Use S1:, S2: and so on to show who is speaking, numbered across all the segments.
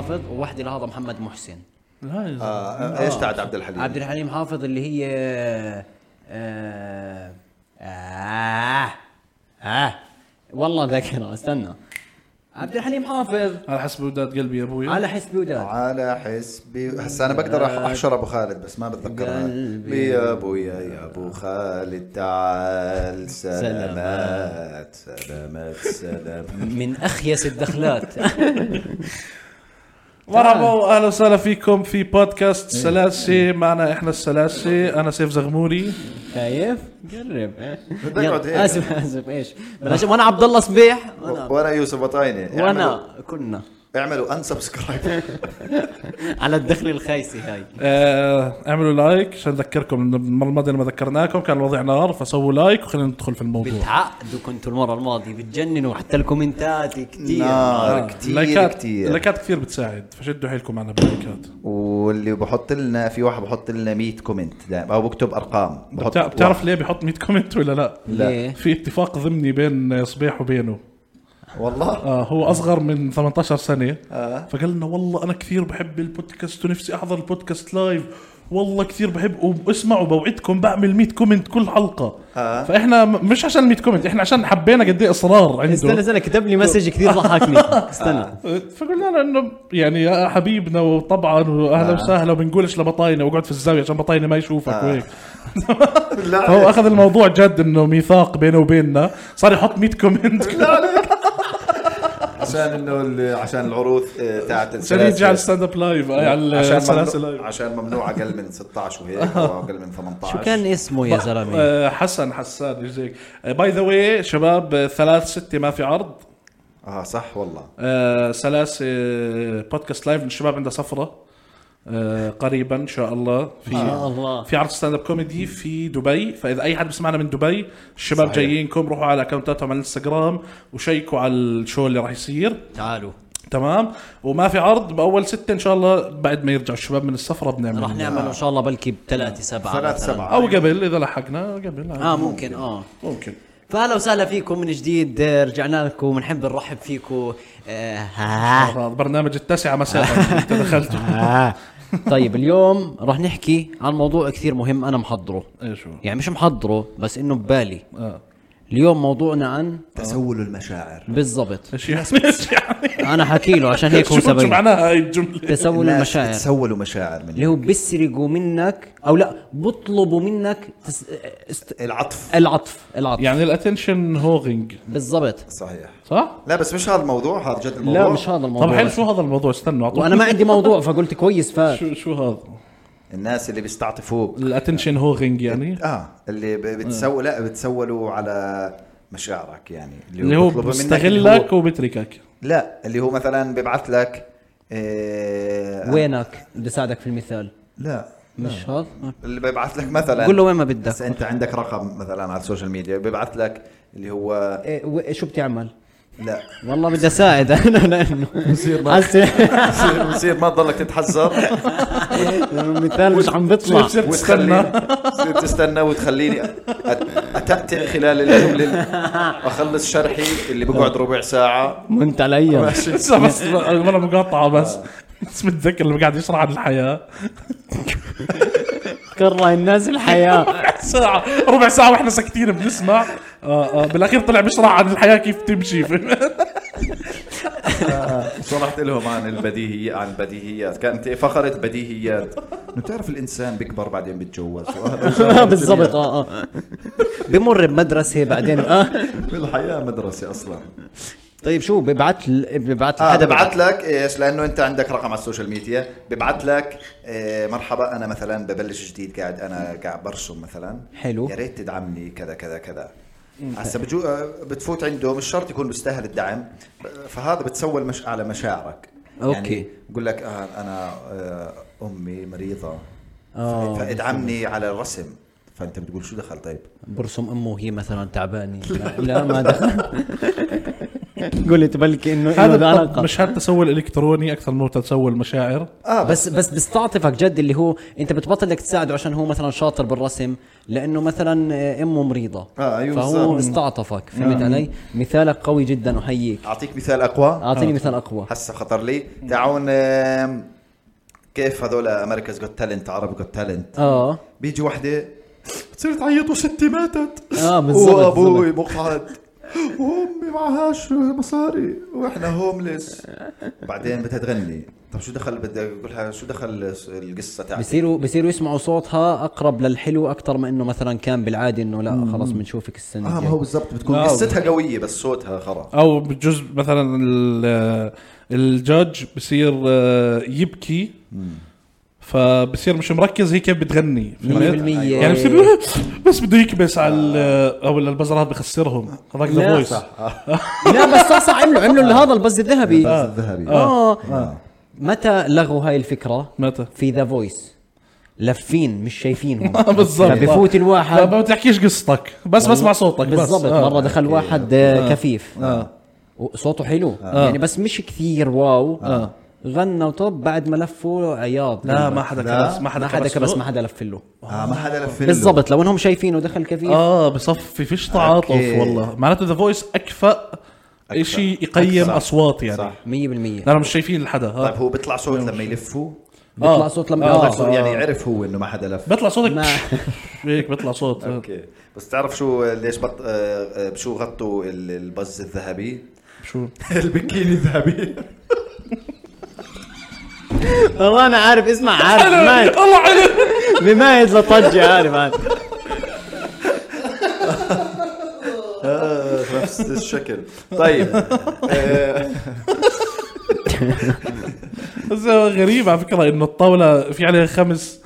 S1: الراجل هذا محمد محسن
S2: لا يا زلمة.
S3: آه، ايش تعد عبد الحليم؟
S1: عبد الحليم حافظ اللي هي آه آه آه والله ذاكرة استنى عبد الحليم حافظ
S2: على حسب وداد قلبي يا ابوي
S1: على حسب وداد
S3: على حسبي هسا انا بقدر أح- احشر ابو خالد بس ما بتذكرها
S1: قلبي.
S3: يا ابويا يا ابو خالد تعال سلامات سلامات سلامات
S1: من اخيس الدخلات
S2: مرحبا واهلا وسهلا فيكم في بودكاست سلاسي معنا احنا السلاسي انا سيف زغموري
S1: شايف؟ قرب
S3: بدك اقعد هيك. يعني
S1: يلا، اسف اسف ايش؟ بلاش وانا عبد الله صبيح وانا
S3: وانا يوسف بطاينه اعملوا-
S1: وانا كنا
S3: اعملوا انسبسكرايب
S1: على الدخل الخايسي هاي
S2: آه، اعملوا لايك عشان نذكركم إن المره الماضيه لما ذكرناكم كان الوضع نار فسووا لايك وخلينا ندخل في الموضوع
S1: بتعقدوا كنتوا المره الماضيه بتجننوا حتى الكومنتات كثير
S3: نار كثير
S2: آه، لايكات
S3: كثير
S2: لايكات كثير بتساعد فشدوا حيلكم معنا باللايكات
S3: واللي بحط لنا في واحد بحط لنا 100 كومنت دائما او بكتب ارقام بحط
S2: بتع- بتعرف ليه بيحط 100 كومنت ولا لا؟
S1: لا. ليه؟
S2: في اتفاق ضمني بين صبيح وبينه
S3: والله
S2: آه هو اصغر من 18 سنه
S3: آه.
S2: فقال لنا والله انا كثير بحب البودكاست ونفسي احضر البودكاست لايف والله كثير بحب واسمعوا بوعدكم بعمل 100 كومنت كل حلقه
S3: آه.
S2: فاحنا م- مش عشان 100 كومنت احنا عشان حبينا قد ايه اصرار
S1: استنى
S2: عنده
S1: استنى كتب لي مسج كثير ضحكني استنى
S2: فقلنا له انه يعني يا حبيبنا وطبعا واهلا وسهلا وبنقولش لبطاينه واقعد في الزاويه عشان بطاينه ما يشوفك
S3: آه.
S2: وهيك
S3: لا
S2: فهو اخذ الموضوع جد انه ميثاق بينه وبيننا صار يحط 100 كومنت
S3: عشان انه ال- عشان العروض آه، تاعت
S2: عشان
S3: السلاسل.
S2: يجي على الستاند اب لايف آه، على
S3: عشان
S2: السلاسل
S3: ممنوع
S2: لايف
S3: عشان ممنوع اقل من 16 وهيك او اقل من 18
S1: شو كان اسمه يا زلمه؟
S2: آه، حسن حسان ايش زيك آه، باي ذا واي شباب آه، ثلاث ستة ما في عرض
S3: اه صح والله
S2: آه، سلاسة آه، بودكاست لايف الشباب عندها سفرة آه، قريبا ان شاء الله في
S1: شاء الله.
S2: في عرض ستاند اب كوميدي في دبي فاذا اي حد بسمعنا من دبي الشباب
S3: صحيح.
S2: جايينكم روحوا على اكونتاتهم على الانستغرام وشيكوا على الشو اللي راح يصير
S1: تعالوا
S2: تمام وما في عرض باول ستة ان شاء الله بعد ما يرجع الشباب من السفرة بنعمل
S1: راح نعمل ان شاء الله بلكي بثلاثة سبعة
S3: ثلاث
S1: مثلاً.
S3: سبعة
S2: او قبل اذا لحقنا قبل عادي.
S1: اه ممكن اه
S2: ممكن
S1: فاهلا وسهلا فيكم من جديد آه، رجعنا لكم ونحب نرحب فيكم آه، ها-
S2: آه، برنامج التاسعة مساء انت دخلته
S1: آه. طيب اليوم راح نحكي عن موضوع كثير مهم انا محضره
S2: ايش هو؟
S1: يعني مش محضره بس انه ببالي
S2: اه
S1: اليوم موضوعنا عن
S3: تسول المشاعر
S1: بالضبط
S2: ايش يعني ايش يعني؟
S1: انا حكي له عشان هيك هو
S2: شو- شو
S1: سبب
S2: معناها هاي الجملة؟
S1: تسول
S3: الناس
S1: المشاعر
S3: تسولوا مشاعر من
S1: اللي هو بيسرقوا منك او لا بطلبوا منك تس... است...
S3: العطف
S1: العطف العطف يعني
S2: يعني الاتنشن هوغينج
S1: بالضبط
S3: صحيح
S2: صح؟
S3: لا بس مش هذا الموضوع هذا جد الموضوع
S1: لا مش هذا الموضوع
S2: طب حلو شو هذا الموضوع استنوا اعطوك
S1: وانا ما عندي موضوع فقلت كويس فات
S2: شو شو هذا؟
S3: الناس اللي بيستعطفوك
S2: الاتنشن هوغينج يعني
S3: اه اللي
S1: آه.
S3: ب- بتسول لا بتسولوا على مشاعرك يعني
S2: اللي هو
S3: بيطلبوا منك اللي
S2: بيستغلك
S3: هو-
S2: وبتركك
S3: لا اللي هو مثلا بيبعث لك إيه
S1: وينك بدي اساعدك في المثال
S3: لا
S1: مش
S2: نعم.
S1: هذا
S3: اللي بيبعث لك مثلا
S1: قول له وين ما
S3: بس
S1: بدك
S3: انت عندك رقم مثلا على السوشيال ميديا بيبعث لك اللي هو
S1: إيه، و- شو بتعمل
S3: لا
S1: والله بدي اساعد انا لانه
S3: بصير
S1: حاسس-
S3: بصير بصير ما تضلك تتحذر
S1: المثال مش عم بيطلع
S2: بصير تستنى
S3: وتخليني بصير تستنى وتخليني أت- اتأتأ خلال الجمله اخلص شرحي اللي بقعد ربع ساعه
S1: وانت علي
S2: بس ولا مقاطعة بس بس متذكر لما قاعد يشرح عن الحياة
S1: كره الناس الحياه
S2: ساعة ربع ساعة واحنا ساكتين بنسمع آه آه بالاخير طلع بيشرح عن الحياة كيف تمشي
S3: شرحت لهم عن البديهيات عن البديهيات كانت فقره بديهيات انه بتعرف الانسان بيكبر بعدين بيتجوز وهذا إنسان
S1: بالضبط اه اه بمر بمدرسه بعدين اه
S3: بالحياه مدرسه اصلا
S1: طيب شو ببعت ل- ببعت
S3: آه
S1: لحدا
S3: ببعث لك ايش لانه انت عندك رقم على السوشيال ميديا ببعث لك إيه مرحبا انا مثلا ببلش جديد قاعد انا قاعد برسم مثلا
S1: حلو.
S3: يا ريت تدعمني كذا كذا كذا هسا بجو آه، بتفوت عنده مش شرط يكون بيستاهل الدعم آه، فهذا بتسول مش على مشاعرك
S1: أوكي.
S3: يعني بقول لك آه انا آه امي مريضه
S1: آه،
S3: ف- فادعمني على الرسم فانت بتقول شو دخل طيب
S1: برسم امه وهي مثلا تعبانه لا, لا ما دخل قلت بلكي انه إنه له
S2: هذا
S1: علاقه
S2: الطب- مش هذا تسول الكتروني اكثر ما هو تسول مشاعر
S3: اه بس
S1: بس بس بيستعطفك جد اللي هو انت بتبطل انك تساعده عشان هو مثلا شاطر بالرسم لانه مثلا آه، امه مريضه
S3: آه، أيوة
S1: فهو
S3: بالظبط.
S1: استعطفك فهمت علي؟ مثالك قوي جدا احييك آه.
S3: اعطيك مثال اقوى
S1: اعطيني مثال اقوى
S3: نعم. هسه خطر لي تعون آم، كيف هذول امريكاز جوت تالنت عربي جوت تالنت
S1: اه
S3: بيجي وحده بتصير تعيط وستي ماتت
S1: آه، بالظبط،
S3: وابوي مقعد وامي معهاش مصاري واحنا هوملس بعدين بدها تغني طب شو دخل بدي اقول لها شو دخل القصه تاعتي
S1: بصيروا بصيروا يسمعوا صوتها اقرب للحلو اكثر ما انه مثلا كان بالعاده انه لا خلاص بنشوفك السنه
S3: اه ما
S1: الجاية.
S3: هو بالضبط بتكون
S2: آه.
S3: قصتها قويه بس صوتها خرا
S2: او بجوز مثلا ال- الجاج بصير آه، يبكي فبصير مش مركز هي كيف بتغني
S1: مية
S2: فهمت؟
S1: بالمية.
S2: يعني بصير بس بده يكبس على ال- او البزرات بخسرهم هذاك ذا
S1: لا.
S2: فويس
S1: لا بس صح صح عملوا عملوا هذا البز الذهبي
S3: بس الذهبي
S2: آه.
S1: اه متى لغوا هاي الفكره؟
S2: متى؟
S1: في ذا فويس لافين مش شايفينهم
S2: آه، بالضبط
S1: فبفوت
S2: ما
S1: الواحد
S2: ما بتحكيش قصتك بس بسمع صوتك بس
S1: بالضبط
S2: آه.
S1: مره دخل واحد آه. كفيف آه. صوته حلو آه. يعني بس مش كثير واو آه. غنى وطب بعد ما لفوا عياض
S2: لا ما حدا
S3: لا،
S2: كبس ما حدا
S1: ما حدا كبس ما
S2: له.
S1: حدا لف له
S3: اه ما حدا لف له.
S1: بالضبط لو انهم شايفينه دخل كفيف
S2: اه بصفي فيش تعاطف
S3: أوكي.
S2: والله معناته ذا فويس اكفأ
S3: أكفأ.
S2: شيء يقيم
S3: صح.
S2: اصوات يعني
S3: صح.
S2: صح.
S1: 100%
S2: لا مش شايفين لحدا آه.
S3: طيب هو بيطلع صوت لما يلفوا
S1: بيطلع صوت لما
S2: آه.
S1: آه.
S3: آه. يعني عرف هو انه ما حدا لف
S2: بيطلع صوتك
S1: ما-
S2: هيك بيطلع صوت آه.
S3: اوكي بس تعرف شو ليش بط... آه، آه، شو غطوا ال- البز الذهبي
S2: شو
S3: البكيني الذهبي
S1: والله انا عارف اسمع عارف مايد
S2: الله عليك
S1: ممايد لطجه عارف عارف
S3: آه، نفس الشكل طيب آه،
S2: بس غريب على فكره انه الطاوله في عليها خمس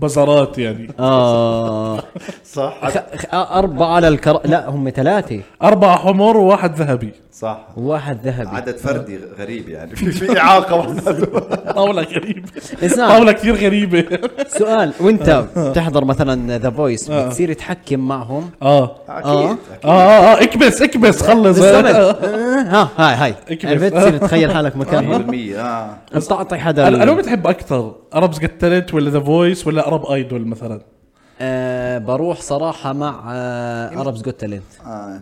S2: بزرات يعني
S1: اه
S3: صح
S1: آه. خ- خ- اربعه للكر لا هم ثلاثه
S2: اربع حمر وواحد ذهبي
S3: صح
S1: وواحد ذهبي
S3: عدد فردي غريب يعني في في اعاقه
S1: آه.
S3: واحنا-
S2: طاوله غريبه
S1: اسمع
S2: طاوله كثير غريبه
S1: سؤال وانت
S2: آه.
S1: بتحضر مثلا ذا فويس بتصير تحكم معهم
S2: اه
S1: آه.
S3: اكيد
S2: اه اه اه اكبس اكبس خلص
S1: بالضبط
S2: آه.
S1: ها هاي هاي
S2: اكبس.
S1: عرفت تصير تخيل حالك مكانهم
S3: 100% اه
S1: بتعطي حدا
S2: انا
S1: ال-
S2: أنا بتحب اكثر اربز قتلت ولا ذا فويس ولا ارب ايدول مثلا
S1: آه، بروح صراحه مع اربز جوت تالنت
S3: آه.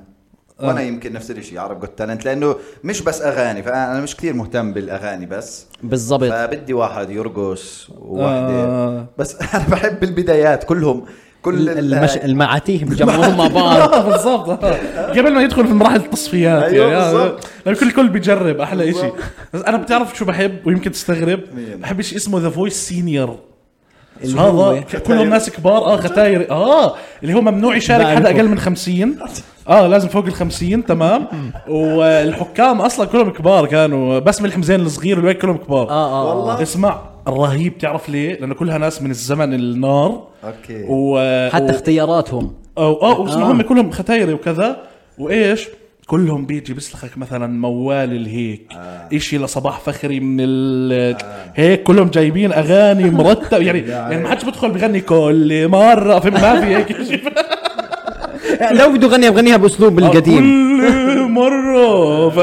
S3: وانا يمكن نفس الشيء عرب جوت تالنت لانه مش بس اغاني فانا مش كثير مهتم بالاغاني بس
S1: بالضبط
S3: فبدي واحد يرقص وواحده
S2: إيه. آه.
S3: بس انا بحب البدايات كلهم كل ال-
S1: المش... المعاتيه بجمعوهم مع بعض
S2: اه بالضبط آه. قبل ما يدخل في مراحل التصفيات
S3: أيوة،
S2: يعني آه.
S3: بالضبط.
S2: لأن الكل كل بيجرب احلى شيء بس انا بتعرف شو بحب ويمكن تستغرب
S3: مين؟
S2: بحب شيء اسمه ذا فويس سينيور
S1: اللي
S2: هذا
S1: هو
S2: كلهم ناس كبار اه ختاير اه اللي هو ممنوع يشارك
S1: بعرفه.
S2: حدا اقل من 50 اه لازم فوق ال 50 تمام والحكام اصلا كلهم كبار كانوا بس من الحمزين الصغير والباقي كلهم كبار
S1: آه، آه.
S3: والله.
S2: اسمع الرهيب تعرف ليه؟ لانه كلها ناس من الزمن النار
S3: اوكي
S2: و
S1: حتى
S2: و-
S1: اختياراتهم
S2: أو اه واسمع
S1: آه.
S2: هم كلهم ختايري وكذا وايش كلهم بيجي بيسلخك مثلا موال الهيك آه. اشي لصباح فخري من ال آه. هيك كلهم جايبين اغاني مرتب يعني يعني ما حدش بدخل بغني كل مره في ما في هيك شيء
S1: لو بده غنيها بغنيها باسلوب
S2: آه.
S1: القديم
S2: كل مره ف...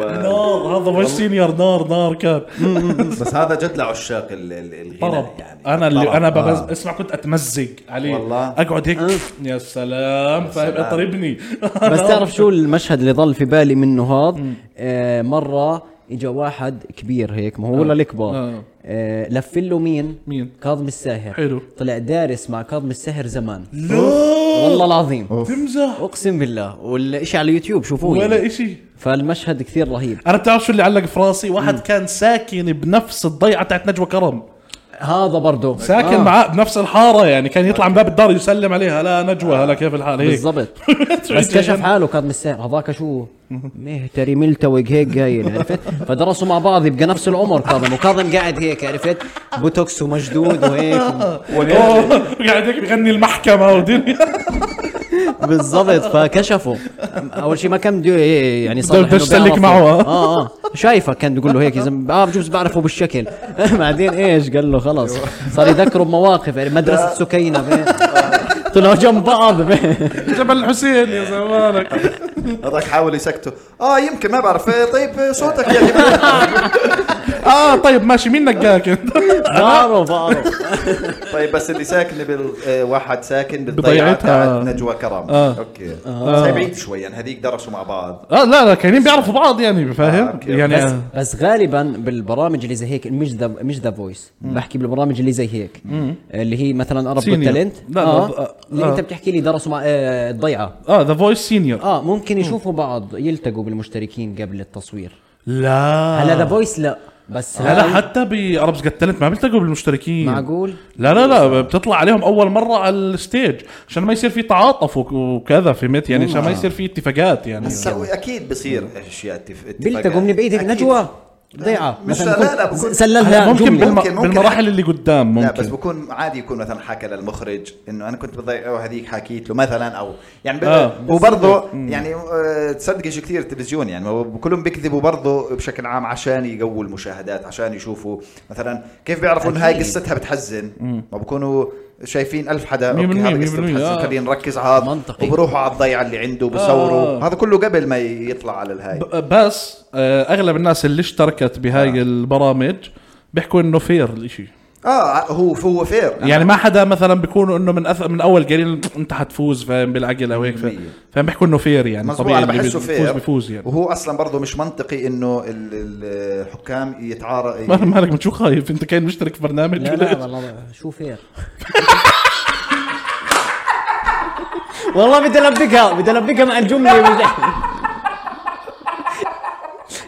S2: نار هذا مش سينيور نار نار كان
S3: بس هذا جد لعشاق ال- ال- الغنى
S2: طرب
S3: يعني
S2: انا اللي
S3: الطرب.
S2: انا
S3: آه.
S2: ببز... اسمع كنت اتمزج عليه
S3: والله.
S2: اقعد هيك يا سلام فاهم
S3: سلام.
S2: اطربني
S1: بس تعرف شو المشهد اللي ضل في بالي منه هذا آه مره اجا واحد كبير هيك ما هو ولا الكبار
S2: آه.
S1: آه لف له مين؟
S2: مين؟
S1: كاظم الساهر
S2: حلو.
S1: طلع دارس مع كاظم الساهر زمان
S2: لا
S1: والله العظيم
S2: تمزح
S1: اقسم بالله والشيء على اليوتيوب شوفوه يعني.
S2: ولا اشي
S1: فالمشهد كثير رهيب
S2: انا بتعرف شو اللي علق في راسي واحد كان ساكن بنفس الضيعه تاعت نجوى كرم
S1: هذا برضه
S2: ساكن
S1: آه.
S2: معاه بنفس الحاره يعني كان يطلع من باب الدار يسلم عليها لا نجوى هلا كيف الحال هيك
S1: بالضبط بس كشف حاله كان مستاهل هذاك شو مهتري ملتوق هيك قايل عرفت فدرسوا مع بعض يبقى نفس العمر كاظم وكاظم قاعد هيك عرفت بوتوكس ومشدود وهيك
S2: يعني- أوه، قاعد هيك بغني المحكمه ودنيا
S1: بالضبط فكشفوا اول شيء ما كان بده ي- يعني صار
S2: بده يسلك معه.
S1: اه اه شايفك كان بيقول له هيك يا زلمه اه بجوز بعرفه بالشكل بعدين ايش قال له خلص صار يذكره بمواقف يعني مدرسه سكينه طلعوا جنب بعض
S2: جبل الحسين يا زمانك
S3: آه، هذاك حاول يسكته اه يمكن ما بعرف إيه، طيب صوتك يا جماعة.
S2: اه طيب ماشي مين نقاك انت
S1: بعرف بعرف
S3: طيب بس اللي ساكنه بال... آه، واحد ساكن بالضيعه
S2: بضيعتها.
S3: تاعت نجوى كرم
S2: آه.
S3: اوكي بس هي بعيد شوي يعني هذيك درسوا مع بعض
S2: اه لا لا كانين بيعرفوا بعض يعني
S3: آه،
S2: فاهم
S3: أوكي.
S2: يعني
S1: بس
S2: آه.
S1: بس غالبا بالبرامج اللي زي هيك مش ذا مش ذا فويس بحكي بالبرامج اللي زي هيك اللي هي مثلا ارب
S2: Senior.
S1: بالتالنت
S2: لا، لا،
S1: اه
S2: آه.
S1: اللي انت بتحكي لي درسوا مع آه، الضيعه
S2: اه ذا فويس سينيور
S1: اه ممكن يشوفوا بعض يلتقوا بالمشتركين قبل التصوير
S2: لا
S1: هلا ذا فويس لا بس
S2: لا
S1: هاي
S2: لا آه. حتى باربز جت تالنت ما بيلتقوا بالمشتركين
S1: طيب. معقول
S2: لا لا لا بتطلع عليهم اول مره على الستيج عشان ما يصير في تعاطف وك- وكذا فهمت يعني عشان ما يصير في اتفاقات يعني
S3: هسا اكيد بصير اشياء اتف- اتفاقات
S1: بيلتقوا من بايدك
S3: أكيد.
S1: نجوى ضيعه
S3: مش-
S1: مثلاً
S3: لا، لا،
S1: بكون-
S3: بكون-
S1: سللها
S2: ممكن,
S1: جملة.
S2: بالم...
S3: ممكن- ممكن.
S2: بالمراحل اللي قدام ممكن
S3: لا بس بكون عادي يكون مثلا حكى للمخرج انه انا كنت بضيع وهذيك حكيت له مثلا او يعني
S2: آه.
S3: آه وبرضه يعني آه، تصدق شيء كثير التلفزيون يعني ما هو كلهم بيكذبوا برضه بشكل عام عشان يقووا المشاهدات عشان يشوفوا مثلا كيف بيعرفوا انه هاي
S1: أكيد.
S3: قصتها بتحزن ما بكونوا شايفين ألف حدا اوكي
S2: 100%
S3: هذا قصته
S2: 100%
S3: بتحزن
S2: آه.
S3: خلينا نركز على هذا
S1: منطقي.
S3: وبروحوا على الضيعه اللي عنده بصوروا
S2: آه.
S3: هذا كله قبل ما يطلع على الهاي
S2: ب- بس آه اغلب الناس اللي اشتركت بهاي
S3: آه.
S2: البرامج بيحكوا انه فير الاشي
S3: اه هو هو فير
S2: يعني ما حدا مثلا بيكونوا انه من أث... من اول قليل انت حتفوز فاهم بالعقل او هيك فاهم
S3: مية.
S2: فاهم بيحكوا انه فير يعني
S3: مظبوط انا
S2: اللي
S3: بحسه
S2: بيفوز
S3: فير
S2: بيفوز يعني
S3: وهو اصلا برضه مش منطقي انه ال- ال- الحكام
S2: ما
S3: يتعارض
S2: مالك من شو خايف انت كان مشترك في برنامج
S1: لا
S2: ولا
S1: لا والله شو فير والله بدي البقها بدي البقها مع الجمله بدي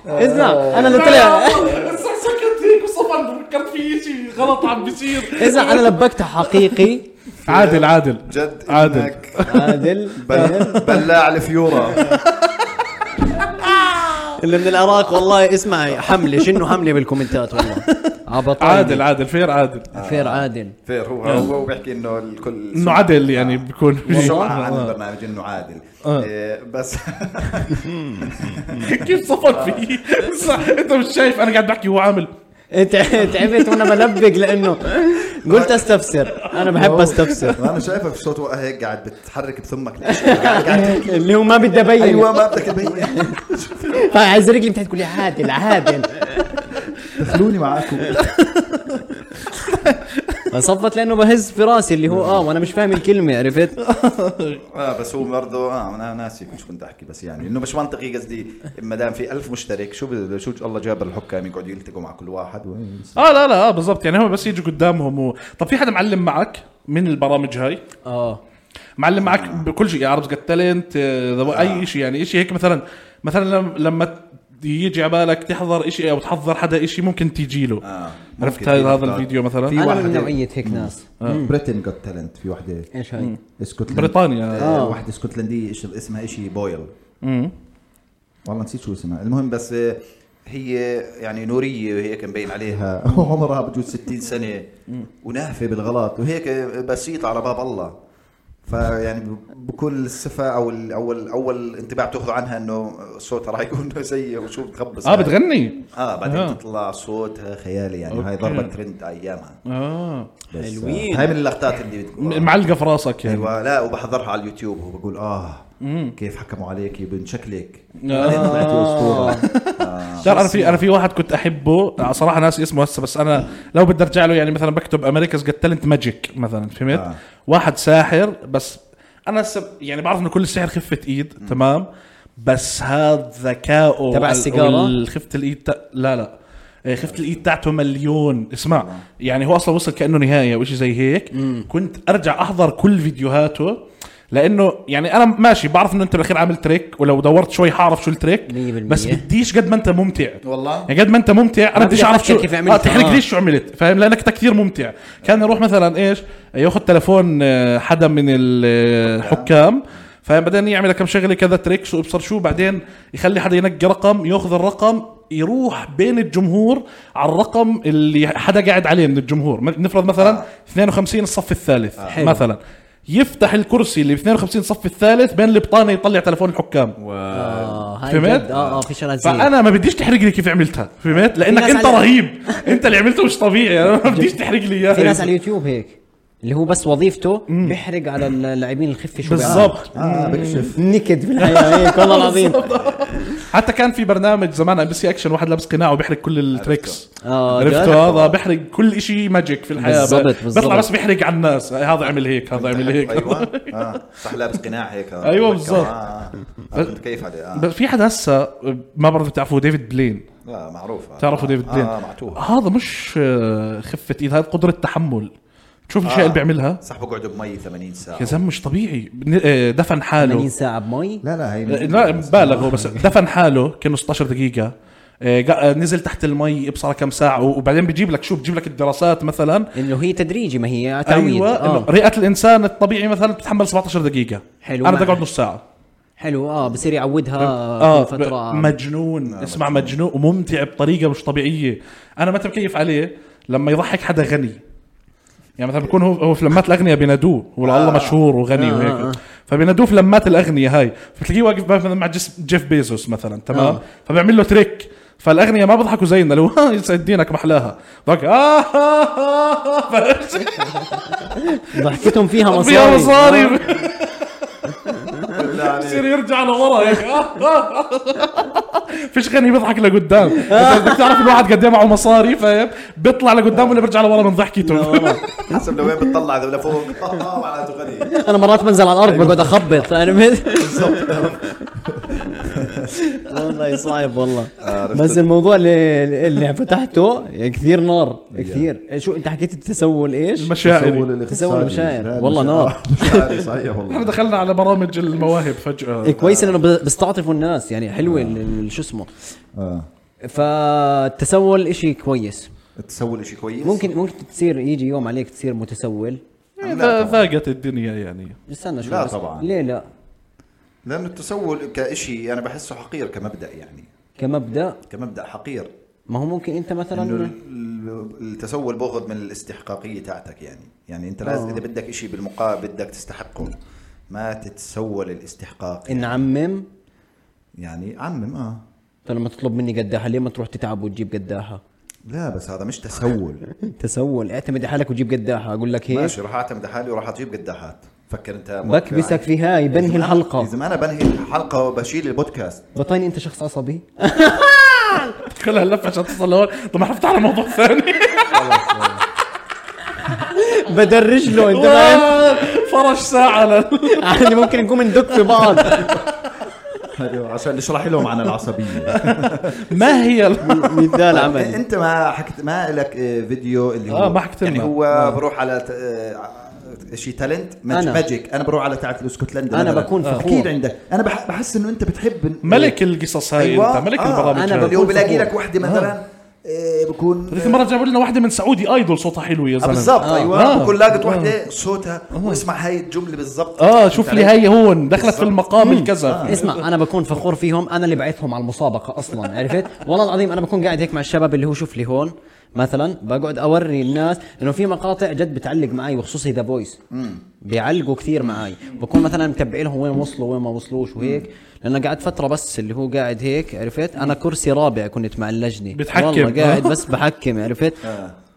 S1: اسمع انا لو طلع
S2: سكت هيك وصفن فكرت في شيء غلط عم بيصير
S1: اسمع انا لبقتها حقيقي
S2: عادل عادل
S3: جد
S2: عادل
S3: إنك
S1: عادل
S3: بل- بلاع الفيورا
S1: اللي من العراق والله اسمع حمله شنو حمله بالكومنتات والله عبط
S2: عادل عادل فير عادل
S1: فير عادل
S3: فير هو
S2: نعم.
S3: هو بيحكي انه الكل
S2: انه عدل
S3: آه.
S2: يعني بيكون
S3: سمع عن
S2: آه.
S3: البرنامج انه عادل
S2: آه.
S3: إيه، بس
S2: كيف صفن فيه
S3: آه.
S2: صح، انت مش شايف انا قاعد بحكي وهو عامل
S1: إيه، تع- تعبت وانا بلبق لانه قلت استفسر انا بحب استفسر
S3: انا شايفك في صوت هيك قاعد بتحرك بثمك ليش؟ قاعد قاعد تحكي.
S1: اللي هو ما بدي ابين
S3: ايوه ما بدك تبين
S1: فعايز رجلي بتاعت تقول لي عادل عادل
S3: دخلوني معاكم
S1: صفت لانه بهز في راسي اللي هو اه وانا مش فاهم الكلمه عرفت؟
S3: اه بس هو برضه اه انا ناسي مش كنت احكي بس يعني انه مش منطقي قصدي ما دام في ألف مشترك شو بده- شو الله جابر الحكام يقعدوا يلتقوا مع كل واحد و-
S2: اه لا لا اه بالضبط يعني هم بس يجوا قدامهم و... طب في حدا معلم معك من البرامج هاي
S1: اه
S2: معلم معك
S3: آه.
S2: بكل شيء عربز جت تالنت اي شيء يعني شيء هيك مثلا مثلا لم- لما يجي على بالك تحضر شيء او تحضر حدا شيء ممكن تيجي له
S3: آه،
S2: عرفت
S3: ممكن
S2: هذا-
S3: تيجي
S2: هذا
S3: تحضر.
S2: الفيديو آه. مثلا
S3: في-
S1: انا
S3: واحد
S1: من
S3: هيك.
S1: نوعيه هيك ناس
S3: بريتن جوت تالنت في وحده
S1: ايش هاي؟
S3: اسكتلنديه
S2: بريطانيا
S3: آه. واحده اسكتلنديه إيش- اسمها شيء بويل والله نسيت شو اسمها المهم بس آه، هي يعني نوريه وهيك مبين عليها عمرها بجوز 60 سنه ونافه بالغلط وهيك آه، بسيطه على باب الله فيعني ب- بكل الصفة او ال- اول اول انطباع بتاخذه عنها انه صوتها راح يكون سيء وشو بتخبص
S2: اه
S3: يعني.
S2: بتغني
S3: اه
S2: آه.
S3: بعدين تطلع صوتها خيالي يعني هاي
S2: أوكي.
S3: ضربت ترند ايامها
S2: اه
S3: بس
S1: حلوين.
S3: آه، هاي من اللقطات اللي بتكون
S2: م- معلقه في راسك يعني
S3: ايوه لا وبحضرها على اليوتيوب وبقول اه كيف حكموا عليك يا بنت شكلك
S2: آه. تعرف انا في انا في واحد كنت احبه آه، صراحه ناسي اسمه هسه بس انا لو بدي ارجع له يعني مثلا بكتب امريكاز جت تالنت ماجيك مثلا فهمت
S3: آه.
S2: واحد ساحر بس انا هسه يعني بعرف انه كل السحر خفه ايد تمام بس هذا ذكائه
S1: تبع
S2: وال-
S1: السيجارة؟
S2: وال- خفه الايد تا... لا لا آه، خفه الايد تاعته مليون اسمع
S1: آه.
S2: يعني هو اصلا وصل كانه نهايه او شيء زي هيك كنت ارجع احضر كل فيديوهاته لانه يعني انا ماشي بعرف انه انت بالاخير عامل تريك ولو دورت شوي حعرف شو التريك
S1: مية بالمية.
S2: بس بديش قد ما انت ممتع
S3: والله
S2: يعني قد ما انت ممتع انا
S1: بدي
S2: بديش اعرف
S1: أفكر
S2: شو
S1: كيف عملت.
S2: اه تحرق
S1: آه.
S2: ليش شو عملت فاهم لانك انت كثير ممتع كان يروح مثلا ايش ياخذ تلفون آه، حدا من الحكام فاهم بعدين يعمل كم شغله كذا تريكس وابصر شو بعدين يخلي حدا ينقي رقم ياخذ الرقم يروح بين الجمهور على الرقم اللي حدا قاعد عليه من الجمهور م- نفرض مثلا 52 الصف الثالث
S1: آه. حلو.
S2: مثلا يفتح الكرسي اللي ب 52 الصف الثالث بين البطانه يطلع تلفون الحكام آه،
S1: اه هاي
S2: فهمت؟
S1: جد اه اه في شغلات زي هيك.
S2: فانا ما بديش تحرق لي كيف عملتها فهمت لانك
S1: ناس
S2: انت
S1: على-
S2: رهيب انت اللي عملته مش طبيعي انا ما بديش تحرق لي اياها
S1: في ناس على اليوتيوب هيك اللي هو بس وظيفته بيحرق على اللاعبين الخفة شو
S2: بالضبط
S3: اه بكشف
S1: نكد بالحياة هيك والله العظيم
S2: حتى كان في برنامج زمان ام بي سي اكشن واحد لابس قناع وبيحرق كل التريكس
S1: آه، جد؟
S2: عرفته هذا بيحرق كل شيء ماجيك في الحياه
S1: بالضبط،
S2: ب-
S1: بالضبط. طيب.
S2: بيطلع بس بيحرق على الناس هذا عمل هيك هذا عمل هيك
S3: ايوه اه صح لابس قناع هيك آه.
S2: أيوة،
S3: آه،
S2: بالظبط.
S3: آه، آه. كنت كيف عليه اه
S2: بس في حدا هسه ما بعرف بتعرفوه ديفيد بلين
S3: لا معروف آه.
S2: بتعرفوا ديفيد
S3: آه،
S2: بلين
S3: اه معتوه
S2: هذا مش آه، خفه ايد هذا قدره تحمل تشوف الاشياء
S1: آه.
S2: اللي بيعملها
S3: صح بقعدوا بمي 80 ساعه
S2: يا زلمه مش طبيعي بن- آه، دفن
S1: 80
S2: حاله
S1: ساعة بمي
S3: لا لا هي
S2: لا بالغ هو بس دفن حاله كانه 16 دقيقه آه، قا- نزل تحت المي ابصر كم ساعه وبعدين بجيب لك شو بجيب لك الدراسات مثلا
S1: انه هي تدريجي ما هي تعويض
S2: ايوه
S1: آه.
S2: إنه رئه الانسان الطبيعي مثلا بتتحمل 17 دقيقه
S1: حلو،
S2: انا بدي
S1: معك.
S2: اقعد نص ساعه
S1: حلو اه بصير يعودها
S2: اه
S1: آه كل فترة
S2: ب- مجنون اسمع مجنون وممتع بطريقه مش طبيعيه انا متى بكيف عليه لما يضحك حدا غني يعني مثلا بكون هو هو في لمات الاغنياء بينادوه والله مشهور وغني
S1: آه، آه.
S2: وهيك فبينادوه في لمات الاغنياء هاي فتلاقيه واقف مثلا مع جس- جيف بيزوس مثلا تمام
S1: آه.
S2: فبيعمل له تريك فالاغنياء ما بيضحكوا زينا لو ها يسعد دينك محلاها ضحك آه
S1: ضحكتهم فيها مصاري آه.
S2: فيها مصاري
S3: لا يعني
S2: بصير
S3: عليك.
S2: يرجع لورا هيك فيش غني بيضحك لقدام بس بدك تعرف الواحد قد ايه معه مصاري فاهم بيطلع لقدام ولا بيرجع لورا من ضحكته
S3: حسب لوين بتطلع اذا لفوق اه آه، معناته غني
S1: انا مرات بنزل على الارض بقعد اخبط انا مت- والله صعب والله
S3: عرفت.
S1: بس الموضوع اللي, اللي فتحته كثير نار كثير شو انت حكيت التسول ايش؟
S2: المشاعر
S1: تسول المشاعر. والله نار.
S3: مشاعري صحيح والله
S2: احنا دخلنا على برامج المواهب
S3: إيه،
S2: فجاه
S1: إيه، كويس انه بيستعطفوا الناس يعني حلوه ال- ال- شو اسمه
S3: آه.
S1: فالتسول إشي كويس
S3: تسول شيء كويس
S1: ممكن ممكن تصير يجي يوم عليك تصير متسول
S3: لا
S2: إذا
S3: طبعاً.
S2: إيه، ذاقت الدنيا يعني
S1: استنى شوي
S3: لا
S1: بس.
S3: طبعاً.
S1: ليه لا؟
S3: لانه التسول كشيء انا بحسه حقير كمبدا يعني
S1: كمبدا
S3: كمبدا حقير
S1: ما هو ممكن انت
S3: انه
S1: مثلا
S3: ال- التسول باخذ من الاستحقاقيه تاعتك يعني يعني انت لازم
S1: آه.
S3: اذا بدك شيء بالمقابل بدك تستحقه ما تتسول الاستحقاق
S1: ان عمم
S3: يعني عمم اه
S1: فلما تطلب مني قداحه ليه ما تروح تتعب وتجيب قداحه؟
S3: لا بس هذا مش تسول
S1: تسول اعتمد على حالك وجيب قداحه اقول لك هيك
S3: ماشي راح اعتمد حالي وراح اجيب قداحات فكر انت موقف
S1: بكبسك
S3: يعني.
S1: في هاي بنهي الحلقه
S3: اذا ما انا بنهي الحلقه وبشيل البودكاست
S1: بطيني انت شخص عصبي
S2: كل هاللفه عشان توصل لهون طب رحت على موضوع ثاني
S1: بدرج له انت فاهم
S2: واو، فرش ساعه لل-
S1: يعني ممكن نقوم ندق في بعض
S3: أيوه، عشان نشرح لهم عن العصبيه
S2: ما هي ال-
S1: مثال
S3: إيه،
S1: عملي
S3: انت ما حكت ما لك فيديو اللي هو
S2: آه، ما حكت
S3: يعني
S2: لنا.
S3: هو آه. بروح على ت... آه، شيء تالنت
S1: أنا.
S3: ماجيك انا بروح على تاعت الاسكتلندي
S1: أنا
S3: مثلاً.
S1: بكون فخور.
S3: اكيد عندك انا بح... بحس انه انت بتحب
S2: ملك القصص هاي
S3: أيوة.
S2: انت
S3: آه،
S2: ملك البرامج
S1: أنا
S2: هاي
S1: بقول-
S3: اليوم بلاقي
S1: فخور.
S3: لك وحده مثلا آه. بكون
S2: ذيك المره جابوا لنا واحده من سعودي ايدول صوتها حلو يا
S3: آه،
S2: زلمه
S3: بالضبط ايوه
S2: آه.
S3: بكون لاقط وحده صوتها واسمع هاي الجمله بالضبط
S2: اه شوف لي هاي هون دخلت في
S3: يعني بالضبط. آه.
S2: المقام الكذا
S1: اسمع انا بكون فخور فيهم انا اللي بعثهم على المسابقه اصلا عرفت والله العظيم انا بكون قاعد هيك مع الشباب اللي هو شوف لي هون مثلا بقعد اوري الناس انه في مقاطع جد بتعلق معي وخصوصي ذا فويس بيعلقوا كثير معي بكون مثلا متبع لهم وين وصلوا وين ما وصلوش وهيك لانه قعدت فتره بس اللي هو قاعد هيك عرفت انا كرسي رابع كنت مع اللجنه
S2: بتحكم.
S1: والله قاعد بس بحكم عرفت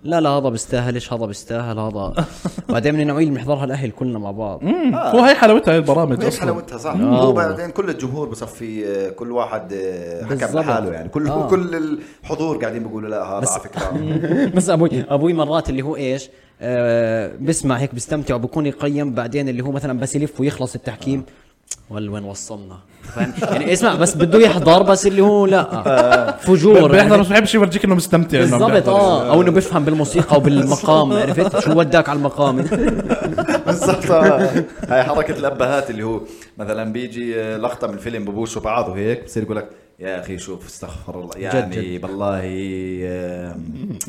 S1: لا لا هذا بيستاهلش هذا بيستاهل هذا بعدين من النوعيه اللي بنحضرها الاهل كلنا مع بعض
S2: هو هاي حلوتها هاي البرامج
S3: ايش
S2: اصلا
S3: حلاوتها صح
S2: آه.
S3: وبعدين كل الجمهور بصفي آه، كل واحد آه، حكم
S1: بالضبط.
S3: لحاله يعني كل
S1: آه.
S3: كل الحضور قاعدين بيقولوا لا هذا على فكره
S1: بس ابوي ابوي مرات اللي هو ايش آه بسمع هيك بستمتع وبكون يقيم بعدين اللي هو مثلا بس يلف ويخلص التحكيم ولا وين وصلنا فاهم يعني اسمع بس بده يحضر بس اللي هو لا فجور
S2: آه. بيحضر
S1: يعني
S2: بس بحبش يورجيك انه مستمتع إنه عم
S1: بالضبط
S2: بيحضر.
S1: اه او انه بيفهم بالموسيقى وبالمقام عرفت شو وداك على المقام
S3: بالضبط آه. هاي حركه الابهات اللي هو مثلا بيجي آه، لقطه من فيلم ببوسوا بعض وهيك بصير يقول لك يا اخي شوف استغفر الله يعني بالله آه،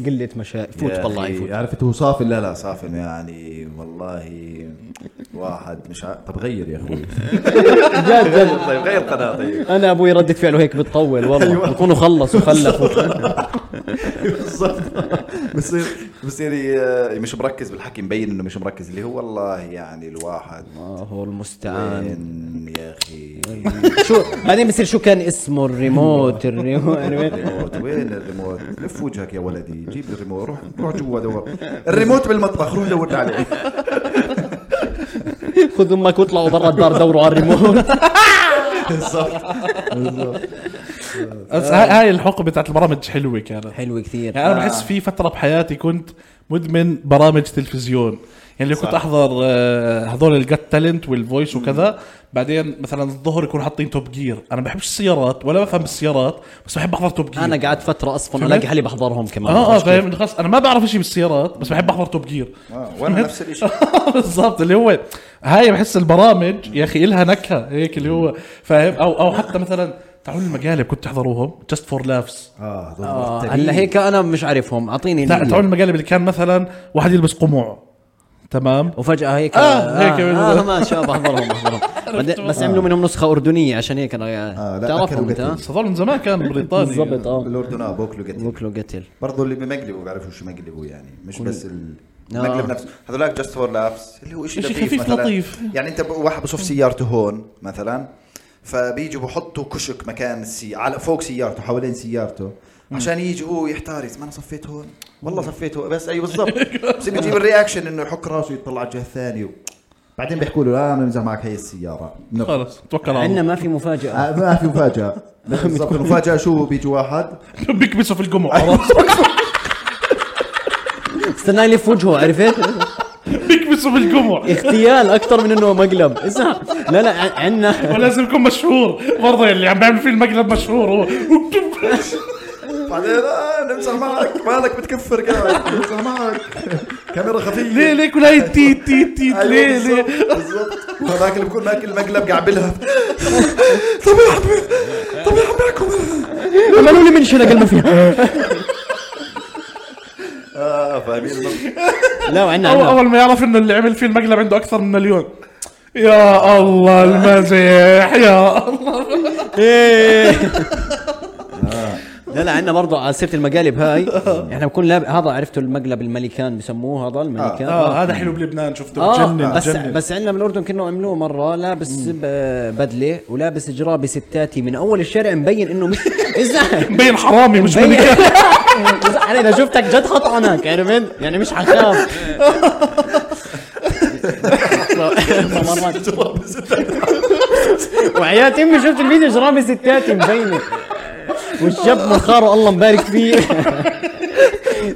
S1: قله مشاعر فوت
S3: يا
S1: والله
S3: أخي،
S1: يفوت
S3: عرفت هو صافن لا لا صافن يعني والله واحد مش عارف طب غير يا اخوي
S1: جد جد
S3: طيب غير قناه طيب
S1: انا ابوي ردة فعله هيك بتطول
S2: أيوة.
S1: والله بكونوا خلص وخلف
S3: بالضبط بصير بصير ي- آه، مش مركز بالحكي مبين انه مش مركز اللي هو والله يعني الواحد
S1: الله هو المستعان
S3: وين يا اخي
S1: شو بعدين بصير شو كان اسمه الريموت الريموت عرفت؟
S3: الريموت وين الريموت؟ لف وجهك يا ولدي جيب الريموت روح روح جوا دور الريموت بالمطبخ روح دور عليه
S1: خذ امك واطلعوا برا الدار دوروا على الريموت
S3: بالضبط
S2: بس هاي هاي الحقبه بتاعت البرامج حلوه كانت
S1: حلو كثير
S2: يعني انا بحس في فتره بحياتي كنت مدمن برامج تلفزيون يعني اللي كنت احضر آه، هذول الجت تالنت والفويس وكذا بعدين مثلا الظهر يكونوا حاطين توب جير انا ما بحبش السيارات ولا بفهم السيارات بس بحب احضر توب جير
S1: انا قعدت فتره اصلا
S2: فهمت؟
S1: الاقي حالي بحضرهم كمان
S2: اه اه فاهم خلاص انا ما بعرف شيء بالسيارات بس بحب احضر توب جير
S3: آه، وانا نفس الشيء
S2: بالضبط اللي هو هاي بحس البرامج يا اخي الها نكهه هيك اللي هو فاهم او او حتى مثلا تعالوا المقالب كنت تحضروهم جاست فور لافس
S3: اه
S1: آه،
S3: بالضبط.
S1: هلا هيك انا مش عارفهم اعطيني
S2: لا
S1: ال-
S2: تعالوا المقالب اللي كان مثلا واحد يلبس قموع تمام
S1: وفجاه هيك
S2: آه، هيك
S1: آه، آه ماشي آه، بحضرهم بحضرهم بعدين- بس عملوا منهم نسخه اردنيه عشان هيك انا
S3: آه، لا،
S1: تعرفهم
S3: أكلوا
S1: انت
S2: بس هذول من زمان كان بريطاني
S1: بالضبط اه
S3: بالاردن اه باكلوا قتل
S1: بوكلو قتل
S3: برضه اللي بيمقلبوا بيعرفوا شو مقلبوا يعني مش بس ال- المقلب نفسه هذولاك جاست فور لابس اللي هو شيء
S2: آه. إشي
S3: لطيف
S2: خفيف
S3: مثلاً.
S2: لطيف.
S3: يعني انت ب- واحد بشوف سيارته هون مثلا فبيجوا بحطوا كشك مكان السي على فوق سيارته حوالين سيارته عشان يجي هو يحتار ما انا صفيت هون والله صفيت هون بس اي بالضبط بس بيجيب الرياكشن انه يحك راسه ويطلع على الجهه الثانيه بعدين بيحكوا له لا انا بمزح معك هي السياره نو.
S2: خلص توكل على
S1: عندنا
S2: الله
S1: ما في مفاجاه
S3: آه، ما في مفاجاه بالضبط المفاجاه شو بيجي واحد
S2: بيكبسوا في القمع على راسه.
S1: استنى يلف وجهه عرفت
S2: بيكبسوا في القمع
S1: اغتيال اكثر من انه مقلب اسمع لا لا عندنا
S2: ولازم يكون مشهور برضه اللي عم بيعمل فيه المقلب مشهور هو
S3: بعدين آه، نمسح معك مالك بتكفر قاعد نمسح معك كاميرا خفيه
S2: ليه ليه كل هاي التيت تيت تيت
S3: أيوة،
S2: ليه ليه
S3: بالظبط، بالظبط هذاك اللي بكون ماكل مقلب قاعبلها طب يا حبيبي طب يا حبيبي أكل.
S1: عملوا لي من شنق المفيا
S3: اه فاهمين
S1: لا وعندنا
S2: أو
S1: عندنا
S2: اول ما يعرف انه اللي عمل فيه المقلب عنده اكثر من مليون يا الله المزيح يا الله
S1: لا لا عندنا برضه على سيره المقالب هاي احنا بكون لاب... هذا عرفته المقلب الملكان بسموه هذا الملكان
S2: اه هذا حلو بلبنان شفته بتجنن
S1: اه بس
S2: بتجنن.
S1: بس عندنا من الاردن كانوا عملوه مره لابس ب- بدله ولابس جرابي ستاتي من اول الشارع مبين انه مش ازاي
S2: مبين حرامي مش
S1: مبين
S2: ملكان
S1: إزاي؟ انا اذا شفتك جد حطعنك عرفت يعني مش حخاف مرات وحياة امي شفت الفيديو جرامي ستاتي مبينه والشاب منخاره الله مبارك فيه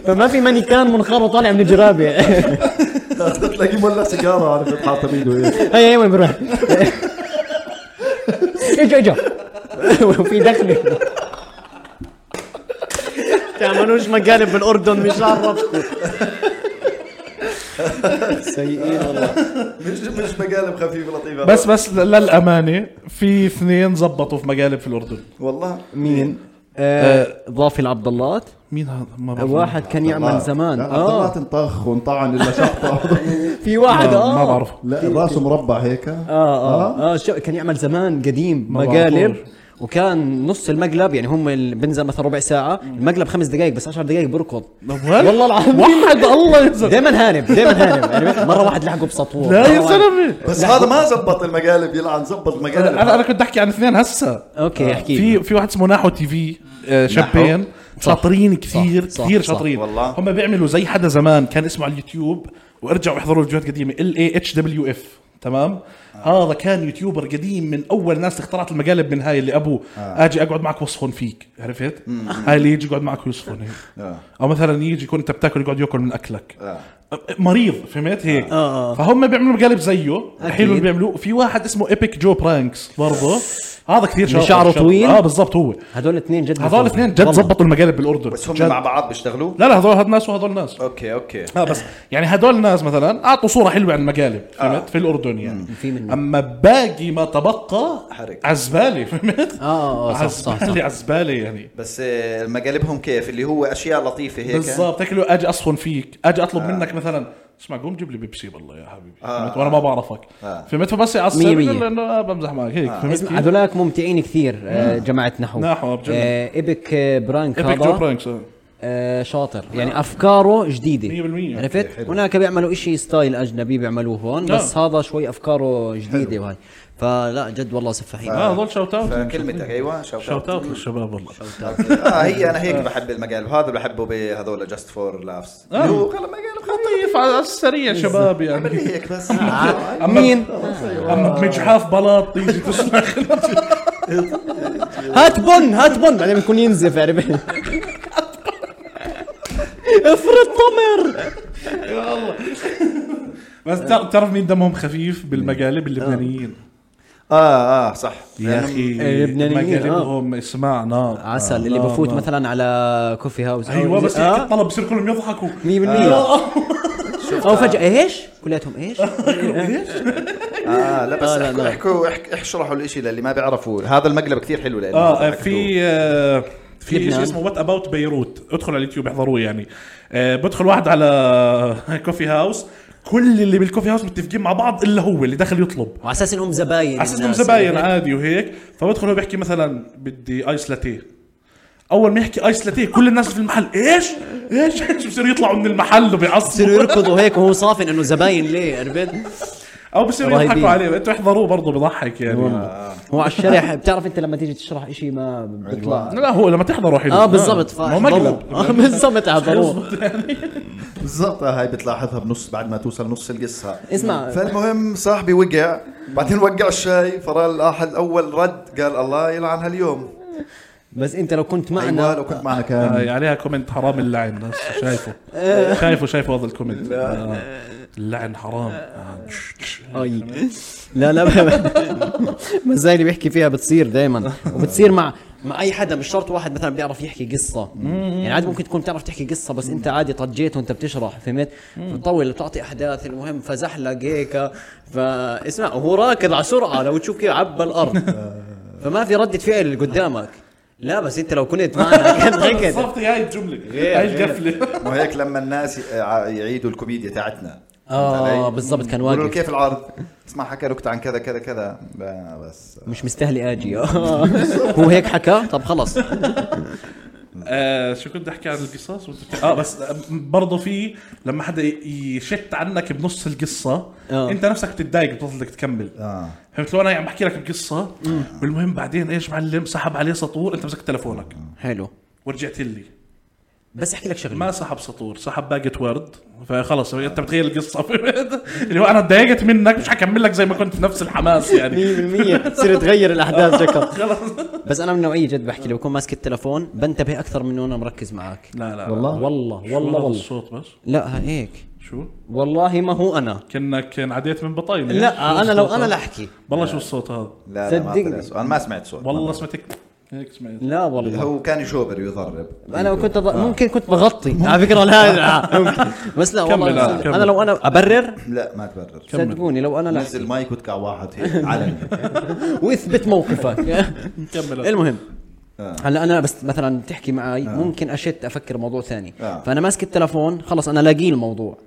S1: فما في ماني كان منخاره طالع من جرابي هي
S3: تلاقيه مولع سيجاره على فكره حاطه بيده
S1: هي وين بروح اجا اجا وفي دخله تعملوش مقالب بالاردن مش عرفكم سيئين والله
S3: مش مش مقالب خفيف لطيف
S2: بس بس للامانه في اثنين زبطوا في مقالب في الاردن
S3: والله
S1: مين؟ آه، ضافي العبد الله
S2: مين هذا ما بعرف
S1: واحد كان يعمل زمان
S3: اه
S1: اه
S3: انطخ وانطعن الا شحطه
S1: في واحد
S2: ما-
S1: اه
S2: آه، ما بعرف
S3: لا راسه مربع هيك
S1: اه اه, آه شو كان يعمل زمان قديم
S2: ما
S1: مقالب
S2: بعرفوش.
S1: وكان نص المقلب يعني هم ال- بنزل مثلا ربع ساعه المقلب خمس دقائق بس 10 دقائق بركض والله العظيم
S2: وحد الله يا زلمه
S1: دائما هارب دائما هارب يعني مره واحد لحقه بسطوه
S2: لا يا
S1: مرة واحد-
S2: زلمه
S3: بس هذا ما زبط المقالب يلعن زبط
S2: انا
S3: المقالب
S2: انا كنت احكي عن اثنين هسه آه،
S1: اوكي احكي لي.
S2: في في واحد اسمه ناحو تي في آه، شابين شاطرين كثير
S1: صح،
S2: كثير
S1: صح،
S2: شاطرين
S3: والله.
S2: هم بيعملوا زي حدا زمان كان اسمه على اليوتيوب وارجعوا احضروا فيديوهات قديمه ال اي اتش دبليو اف تمام هذا كان يوتيوبر قديم من اول ناس اخترعت المقالب من هاي اللي ابوه اجي اقعد معك وصفن فيك عرفت هاي اللي يجي يقعد معك ويصفن هيك
S3: آه.
S2: او مثلا يجي يكون انت بتاكل يقعد ياكل من اكلك
S3: آه.
S2: مريض فهمت هيك
S1: آه.
S2: فهم بيعملوا مقالب زيه
S1: أكيد.
S2: حلو اللي بيعملوه في واحد اسمه ايبك جو برانكس برضه هذا كثير
S1: اللي
S2: شاطر
S1: شعره
S2: شاطر.
S1: طويل؟
S2: اه بالضبط هو
S1: هذول الاثنين جد
S2: هذول اثنين جد
S1: والله.
S2: زبطوا المقالب بالاردن
S3: بس هم
S2: جد.
S3: مع بعض بيشتغلوا
S2: لا لا هذول هاد ناس وهذول ناس
S1: آه.
S3: اوكي اوكي
S2: اه بس يعني هدول الناس مثلا اعطوا صوره حلوه عن المقالب فهمت في الاردن يعني
S1: آه. في منهم.
S2: اما باقي ما تبقى
S3: حرق.
S2: عزبالي فهمت
S1: آه، آه، صح، صح، صح.
S2: عزبالي عزبالي يعني
S3: بس آه، مقالبهم كيف اللي هو اشياء لطيفه هيك
S2: بالضبط هيك يعني. آه. لو اجي اصفن فيك اجي اطلب منك مثلا اسمع قوم جيب لي بيبسي والله يا حبيبي فهمت وانا ما بعرفك فهمت فبس يعصب
S1: مية مية.
S2: يقول له انه آه، بمزح معك هيك فهمت إيه،
S1: اسمع
S2: كيف؟
S1: هذولاك ممتعين كثير آه، جماعه نحو
S2: نحو، بجنن.
S1: آه، ايبك آه، برانك
S2: ايبك جو
S1: هذا
S2: برانكس آه.
S1: آه، شاطر يعني افكاره جديده
S2: 100%
S1: عرفت
S3: حلو.
S1: هناك بيعملوا إشي ستايل اجنبي بيعملوه هون بس
S2: آه.
S1: هذا شوي افكاره جديده وهي فلا جد والله سفاحين
S2: اه هذول آه. شوت اوت
S3: فكلمتك ايوه شوت
S2: شوت اوت
S3: اوت
S2: للشباب والله
S3: اه هي انا هيك بحب المجال وهذا بحبه بهذول جاست فور لافس
S2: آه.
S3: هو غلط مجال
S2: لطيف إيه، على السريع شباب
S3: عمل
S2: يعني
S3: لي هيك بس آه.
S1: إيه. مين
S2: اما بمجحاف بلاط تيجي تسمع
S1: هات بن هات بن بعدين بيكون ينزف عرفت افرض طمر
S2: بس بتعرف مين دمهم خفيف بالمقالب اللبنانيين
S3: اه اه صح
S2: آه. يا اخي
S1: إيه، لبنانيين، آه.
S2: مقالبهم اسمع نار آه،
S1: عسل اللي
S2: نار،
S1: بفوت
S2: نار.
S1: مثلا على كوفي هاوس أو
S2: ايوه
S1: زي-
S2: بس هيك آه.
S1: آه،
S2: الطلب بصير كلهم يضحكوا
S1: 100% او فجاه ايش كلياتهم ايش
S3: اه لا بس
S1: آه، لا،
S3: احكوا
S1: لا.
S3: احكوا احك- اشرحوا الاشي للي ما بيعرفوا هذا المقلب كثير حلو لانه
S2: اه
S3: أكدوه.
S2: في آه، في شيء
S1: آه، لبنان.
S2: اسمه وات اباوت بيروت ادخل على اليوتيوب احضروه يعني آه، بدخل واحد على كوفي هاوس كل اللي بالكوفي هاوس متفقين مع بعض الا هو اللي دخل يطلب
S1: وعلى اساس انهم زباين
S2: على اساس انهم
S1: الناس،
S2: زباين
S1: عرفت؟
S2: عادي وهيك فبدخل هو بيحكي مثلا بدي ايس لاتيه اول ما يحكي ايس لاتيه كل الناس في المحل ايش ايش ايش بصيروا يطلعوا من المحل
S1: بصيروا
S2: وبيعصبوا
S1: يركضوا هيك وهو صافن انه زباين ليه عرفت؟
S2: او بصيروا
S1: رهيبين. نعم.
S2: يضحكوا عليه انتوا احضروه برضه بضحك يعني
S1: هو على الشرح بتعرف انت لما تيجي تشرح شيء ما بيطلع
S2: لا هو لما تحضره حلو
S1: اه بالضبط
S2: ما هو أيوة. مقلب
S1: اه بالضبط احضروه
S3: بالضبط آه، هاي بتلاحظها بنص بعد ما توصل نص القصه
S1: اسمع.
S3: فالمهم صاحبي وقع بعدين وقع الشاي فرا الاحد الاول رد قال الله يلعن هاليوم
S1: بس انت لو كنت
S3: ايوه
S1: معنا
S3: لو كنت معنا
S1: آه،
S3: كان
S2: هاي آه، يعني عليها كومنت حرام اللعن هسه شايفه شايفه شايفه هذا الكومنت آه. اللعن حرام آه.
S1: اي طيب. لا لا بس هاي اللي بيحكي فيها بتصير دائما وبتصير مع مع اي حدا مش شرط واحد مثلا بيعرف يحكي قصه يعني عادي ممكن تكون بتعرف تحكي قصه بس انت عادي طجيت وانت بتشرح فهمت بتطول بتعطي احداث المهم فزحلق هيك فاسمع وهو راكض على سرعه لو تشوف كيف عبى الارض فما في رده فعل اللي قدامك لا بس انت لو كنت معنا كان غكت
S2: بالضبط هي الجمله
S1: غير،
S2: هاي
S1: غير.
S2: القفله
S3: وهيك لما الناس ي- ع- يعيدوا الكوميديا تاعتنا
S1: اه بالضبط كان
S3: يقولوا له
S1: واقف
S3: كيف العرض؟ اسمع حكى نكتة عن كذا كذا كذا لا، بس
S1: مش مستاهل اجي هو هيك حكى طب خلص
S2: آه شو كنت احكي عن القصص وأنت بتحكي- اه بس برضه في لما حدا ي- يشت عنك بنص القصه
S1: آه.
S2: انت نفسك بتتضايق بتضل بدك تكمل
S3: اه
S2: فهمت لو انا عم بحكي لك بقصه والمهم بعدين ايش معلم سحب عليه سطور انت مسكت تلفونك
S1: حلو
S2: ورجعت لي
S1: بس احكي لك شغله
S2: ما سحب سطور سحب باقة ورد فخلص انت بتغير القصه اللي هو انا اتضايقت منك مش حكمل لك زي ما كنت نفس الحماس يعني
S1: 100% بتصير تغير الاحداث شكل
S2: خلص
S1: بس انا من نوعيه جد بحكي لو بكون ماسك التلفون بنتبه اكثر من وانا مركز معك
S2: لا لا
S3: والله؟
S1: والله
S2: شو هذا
S1: والله والله
S2: الصوت بس
S1: لا هيك
S2: شو
S1: والله ما هو انا
S2: كانك انعديت من بطاينه
S1: لا انا لو انا لا احكي
S2: والله شو الصوت هذا
S3: لا لا ما
S1: صدقني.
S3: طلع صوت. انا ما سمعت صوت
S2: والله سمعتك هيك سمعت
S1: لا والله
S3: هو كان يشوبر ويضرب
S1: انا كنت أض...
S2: آه.
S1: ممكن كنت بغطي على فكره لا, لا ممكن بس لا والله
S2: كمل،
S1: لا.
S2: آه، كمل.
S1: انا لو انا ابرر
S3: لا ما تبرر
S1: صدقوني لو انا لا
S3: نزل مايك وتكع واحد هيك علني
S1: واثبت موقفك
S2: كمل
S1: المهم
S3: آه.
S1: هلا انا بس مثلا تحكي معي ممكن اشت افكر موضوع ثاني
S3: آه.
S1: فانا ماسك التلفون خلص انا لاقي الموضوع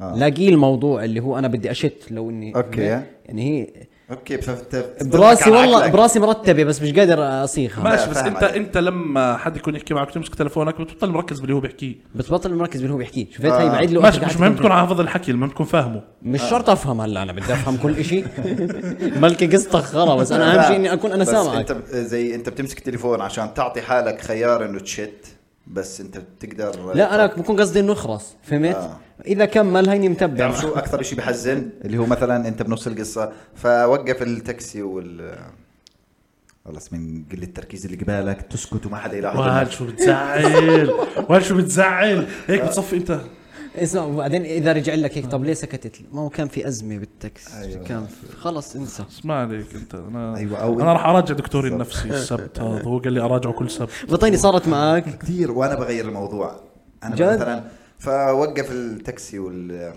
S3: آه.
S1: لاقي الموضوع اللي هو انا بدي اشت لو اني
S3: أوكي.
S1: يعني هي
S3: اوكي فانت
S1: براسي والله براسي مرتبه بس مش قادر اصيغها
S2: ماشي بس
S3: فاهم
S2: انت
S3: عليك.
S2: انت لما حد يكون يحكي معك تمسك تلفونك بتبطل مركز باللي هو بيحكيه
S1: بتبطل مركز باللي هو بيحكيه شفت
S3: آه.
S1: هي بعيد له
S2: ماشي
S1: قاعد
S2: مش مهم
S1: تفكر.
S2: تكون حافظ الحكي المهم تكون فاهمه
S1: مش شرط افهم هلا انا بدي افهم كل شيء بلكي قصتك خرا بس انا اهم شيء اني اكون انا
S3: بس انت
S1: سامعك
S3: ب- زي انت بتمسك تليفون عشان تعطي حالك خيار انه تشت بس انت بتقدر
S1: لا انا بكون قصدي انه اخرس فهمت
S3: آه.
S1: اذا كمل هيني
S2: يعني
S1: متبع
S3: تعرف يعني شو اكثر شيء بحزن اللي هو مثلا انت بنص القصه فوقف التاكسي وال خلص من قله التركيز اللي قبالك تسكت وما حدا يلاحظ
S2: وهل شو بتزعل وهل شو بتزعل هيك بتصفي انت
S1: اسمع وبعدين اذا رجع لك هيك طب ليه سكتت ما هو كان في ازمه بالتاكسي
S3: أيوة.
S1: أيوة. كان في خلص انسى
S2: اسمع عليك انت انا
S3: أيوة، أو
S2: انا راح اراجع دكتوري النفسي السبت هذا هو قال لي اراجعه كل سبت
S1: بطيني صارت معك
S3: كثير وانا بغير الموضوع انا
S1: جد؟
S3: مثلا فوقف التاكسي وال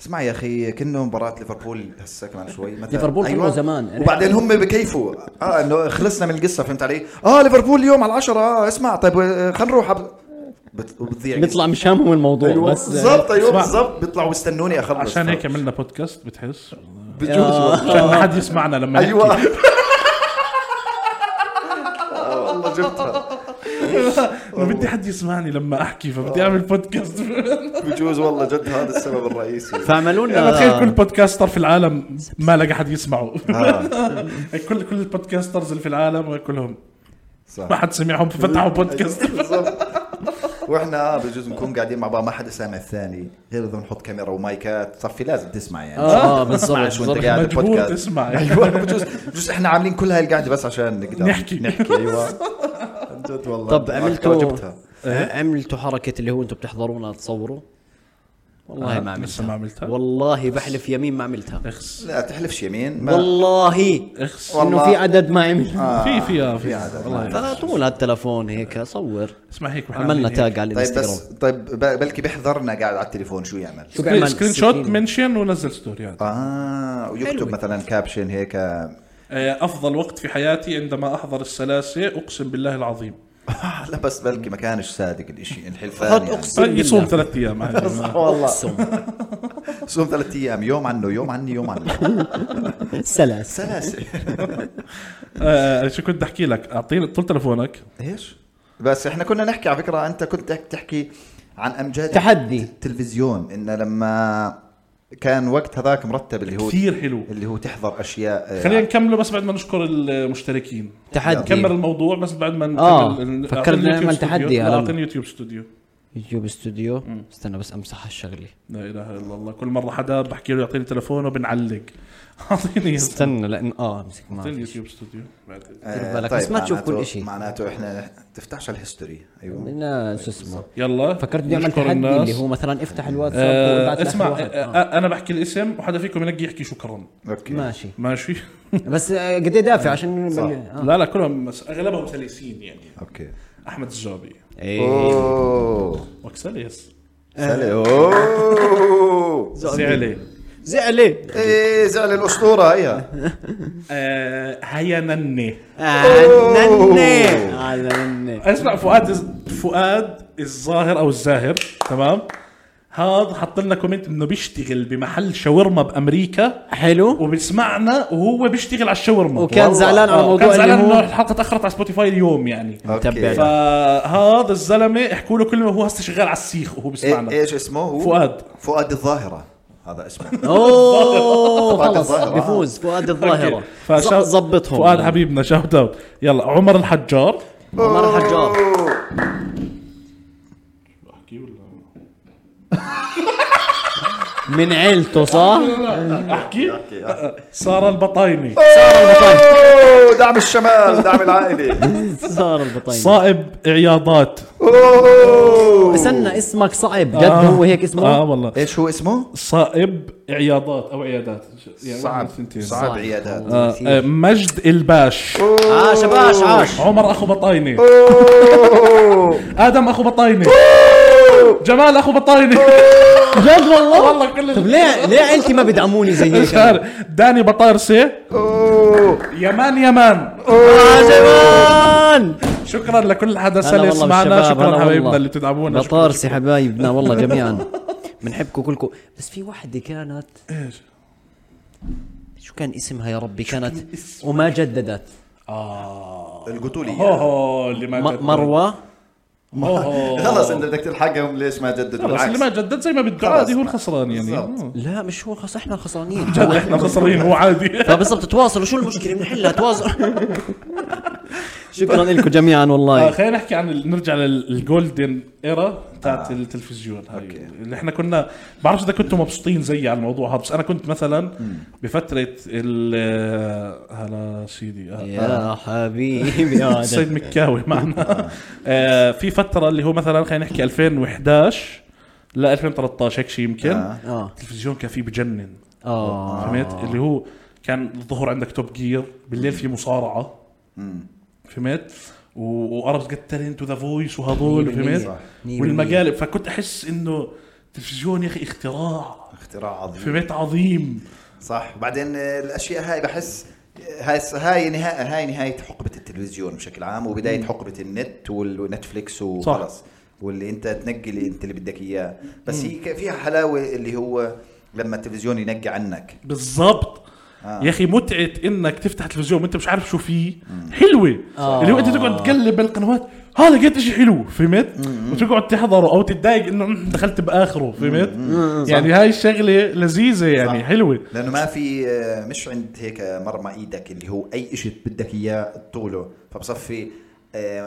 S3: اسمع يا اخي كنا مباراه ليفربول هسه كمان شوي مثلا
S1: ليفربول حلوة زمان. يعني
S3: وبعدين هم بكيفوا اه انه خلصنا من القصه فهمت علي؟ اه ليفربول اليوم على العشرة آه اسمع طيب آه، خلينا نروح أب- بت- وبتضيع
S1: بيطلع مش هامهم الموضوع
S3: أيوة،
S1: أيوة. بس
S3: بالضبط ايوه
S2: اسمع.
S3: بالضبط بيطلعوا يستنوني اخلص
S2: عشان هيك عملنا بودكاست بتحس
S3: بجوز والله.
S2: عشان ما حد يسمعنا
S3: أيوة.
S2: لما نحكي
S3: ايوه آه، والله جبتها
S2: انا بدي حد يسمعني لما احكي
S3: آه.
S2: فبدي اعمل بودكاست
S3: بجوز والله جد هذا السبب الرئيسي
S1: فاعملوا
S2: انا تخيل كل
S1: لنا
S2: بودكاستر في العالم ما لقى حد يسمعه
S3: آه،
S2: كل كل البودكاسترز اللي في العالم كلهم
S3: صح
S2: ما حد سمعهم ففتحوا بودكاست
S3: أيوة، بالضبط واحنا آه، بجوز نكون قاعدين مع بعض ما حدا سامع الثاني غير اذا بنحط كاميرا ومايكات صار في لازم تسمع يعني
S1: اه بالضبط
S3: تسمعش وانت
S1: بالضبط.
S3: قاعد
S2: مجبور
S3: البودكاست
S2: تسمع.
S3: ايوه بجوز بجوز احنا عاملين كل هاي القعده بس عشان نقدر
S2: نحكي.
S3: نحكي ايوه عن جد والله
S1: طب
S3: ما
S1: عملتوا
S3: جبتها
S1: آه، عملتوا حركه اللي هو انتم بتحضرونا تصوروا والله ما
S2: لسه
S1: عملتها
S2: ما عملتها.
S1: والله بحلف يمين ما عملتها
S2: اخس
S3: لا تحلفش يمين ما
S1: والله
S2: اخس
S1: انه
S3: والله.
S1: في عدد ما عمل
S3: آه،
S2: في في آه،
S3: في
S2: في
S3: عدد.
S2: والله
S1: فلا طول على التلفون هيك صور
S2: اسمع هيك إحنا
S1: عملنا
S2: عاملين هيك.
S1: تاج على
S3: طيب بس
S1: الانستغرام
S3: طيب ب- بلكي بيحضرنا قاعد على التليفون شو يعمل
S1: شو بيعمل
S2: سكرين شوت
S1: سكين.
S2: منشن ونزل ستوري هذا.
S3: اه ويكتب
S1: حلوة.
S3: مثلا كابشن هيك آه،
S2: آه، افضل وقت في حياتي عندما احضر السلاسه اقسم بالله العظيم
S3: لا بس بلكي ما كانش صادق الاشي الحلفان
S1: هات
S3: يعني.
S1: أقسم.
S2: طيب يصوم ثلاث ايام عادي.
S3: صح والله
S1: اقسم
S3: صوم ثلاث ايام يوم عنه يوم عني يوم عنه
S1: سلاسة
S3: سلاسه
S2: آه، شو كنت بدي احكي لك اعطيني طول تلفونك
S3: ايش؟ بس احنا كنا نحكي على فكره انت كنت تحكي عن امجاد
S1: تحدي.
S3: التلفزيون انه لما كان وقت هذاك مرتب اللي هو آه.
S2: كثير حلو
S3: اللي هو تحضر آه، اشياء
S2: خلينا نكمله بس بعد ما نشكر المشتركين
S1: طيب. تحدي
S2: نكمل الموضوع بس بعد ما نكمل
S1: آه،
S2: أعطيني
S1: فكرت
S2: اليوتيوب
S1: نعمل
S2: ستوديو.
S1: تحدي
S2: لا،
S1: هلا.
S2: اعطيني يوتيوب ستوديو
S1: يوتيوب استوديو استنى بس امسح هالشغله
S2: لا اله الا الله كل مره حدا بحكي له يعطيني تلفونه بنعلق اعطيني يس-
S1: استنى لان
S3: آه،
S1: اه امسك
S2: اعطيني
S1: معك
S2: اليوتيوب ستوديو بعد.
S1: دير بالك، بس ما تشوف كل
S3: طيب، معناته-
S1: إشي.
S3: معناته احنا تفتحش الهيستوري ايوه
S1: لا شو اسمه
S2: يلا
S1: فكرت بدي اعمل
S2: نشكر
S1: تحدي
S2: الناس.
S1: اللي هو مثلا افتح الواتساب وابعت لآخر
S2: آه اسمع آه
S1: واحد. آه.
S2: آه انا بحكي الاسم وحدا فيكم ينقي يحكي شكرا
S3: اوكي
S1: ماشي
S2: ماشي
S1: بس آه، قد ايه دافع عشان
S3: صح.
S1: آه.
S2: لا لا كلهم بس اغلبهم سلسين يعني
S3: اوكي
S2: احمد الزجابي
S1: ايه
S3: إيه. اوه
S2: وكسلس
S1: آه.
S3: سلي اوه
S2: زعلي
S1: زعلي
S3: ايه زعل إيه. الاسطوره هيا
S2: آه هيا نني
S1: آه، نني آه، نني
S2: اسمع فؤاد فؤاد الظاهر او الزاهر تمام هذا حط لنا كومنت انه بيشتغل بمحل شاورما بامريكا
S1: حلو
S2: وبسمعنا وهو بيشتغل على الشاورما
S1: وكان
S3: والله.
S1: زعلان على
S2: آه،
S1: موضوع
S2: كان زعلان
S1: اللي
S2: انه
S1: هو
S2: الحلقه تاخرت على سبوتيفاي اليوم يعني
S3: أوكي.
S1: متبع
S2: فهذا الزلمه احكوا له كل ما هو هسه شغال على السيخ وهو
S3: إيه-
S2: بيسمعنا
S3: ايش اسمه هو؟
S2: فؤاد.
S3: فؤاد الظاهره هذا اسمه
S1: اوه
S3: فؤاد
S1: خلص
S3: الظاهرة.
S1: بيفوز فؤاد الظاهره
S2: فشا-
S1: ظبطهم
S2: فؤاد حبيبنا شاوت اوت يلا عمر الحجار
S1: عمر الحجار
S2: احكي ولا
S1: من عيلته صح؟
S2: احكي ساره البطايني
S3: أوه، دعم الشمال دعم العائله
S1: صار البطاينة
S2: صائب عياضات
S3: أوه.
S1: استنى اسمك صعب جد
S2: آه.
S1: هو هيك اسمه؟
S2: اه والله
S3: ايش هو اسمه؟
S2: صائب عياضات او عيادات يعني
S3: صعب
S2: واحد من الثنتين.
S3: صعب عيادات
S2: آه، آه، مجد الباش
S1: آه، شباش عاش
S2: عمر اخو بطايني ادم اخو بطايني جمال اخو بطايني
S1: جد والله
S2: والله كل
S1: طب ليه ليه عيلتي ما بدعموني زي هيك؟
S2: مش عارف. داني بطارسه يمان يمان
S1: آه، جبان
S2: شكرا لكل حدا سلس معنا شكرا حبايبنا اللي تدعمونا شكراً،
S1: بطارسي
S2: شكراً.
S1: حبايبنا والله جميعا بنحبكم كلكم بس في وحده كانت
S2: إيش؟
S1: شو كان اسمها يا ربي كانت وما جددت
S3: القتولية
S2: اوه اللي ما
S1: م-
S2: جدد
S1: مروه
S2: اوه
S3: خلص انت بدك تلحقهم ليش ما جددوا
S2: خلص اللي
S3: بالعكس
S2: ما جدد زي ما بده
S3: خلص.
S2: عادي هو الخسران يعني
S3: بالضبط.
S2: آه.
S1: لا مش هو خلاص احنا الخسرانين
S2: جد احنا خسرانين هو عادي
S1: فبالضبط تواصلوا شو المشكله بنحلها تواصلوا شكرا لكم جميعا
S2: آه،
S1: والله
S2: خلينا نحكي عن ال- نرجع للجولدن ايرا تاعت التلفزيون هاي
S3: أوكي.
S2: اللي احنا كنا بعرفش اذا كنتوا مبسوطين زيي على الموضوع هذا بس انا كنت مثلا بفتره ال آه، هلا سيدي آه،
S1: يا حبيبي يا
S2: سيد مكاوي معنا آه، في فتره اللي هو مثلا خلينا نحكي 2011 ل 2013 هيك شيء يمكن
S3: آه.
S1: اه
S2: التلفزيون كان فيه بجنن
S1: اه
S2: فهمت اللي هو كان الظهر عندك توب جير بالليل في مصارعه فهمت و- وعرب جت تالنت وذا فويس وهذول
S1: مية بالمية.
S2: فهمت
S1: مية
S2: والمقالب فكنت احس انه التلفزيون يا اخي اختراع
S3: اختراع عظيم
S2: فهمت عظيم
S3: صح وبعدين آه، الاشياء هاي بحس هاي هاي نهايه هاي نهايه حقبه التلفزيون بشكل عام وبدايه حقبه النت وال- والنتفليكس وخلص واللي انت تنقي اللي انت اللي بدك اياه بس هي ك- فيها حلاوه اللي هو لما التلفزيون ينقي عنك
S2: بالضبط
S3: آه.
S2: يا اخي متعه انك تفتح تلفزيون وانت مش عارف شو فيه حلوه
S1: آه.
S2: اللي هو انت تقعد تقلب بالقنوات هذا لقيت اشي حلو فهمت وتقعد تحضره او تتضايق انه مم، دخلت باخره فهمت يعني هاي الشغله لذيذه يعني
S3: صح.
S2: حلوه
S3: لانه ما في آه، مش عند هيك مرمى ايدك اللي هو اي شيء بدك اياه طوله فبصفي آه،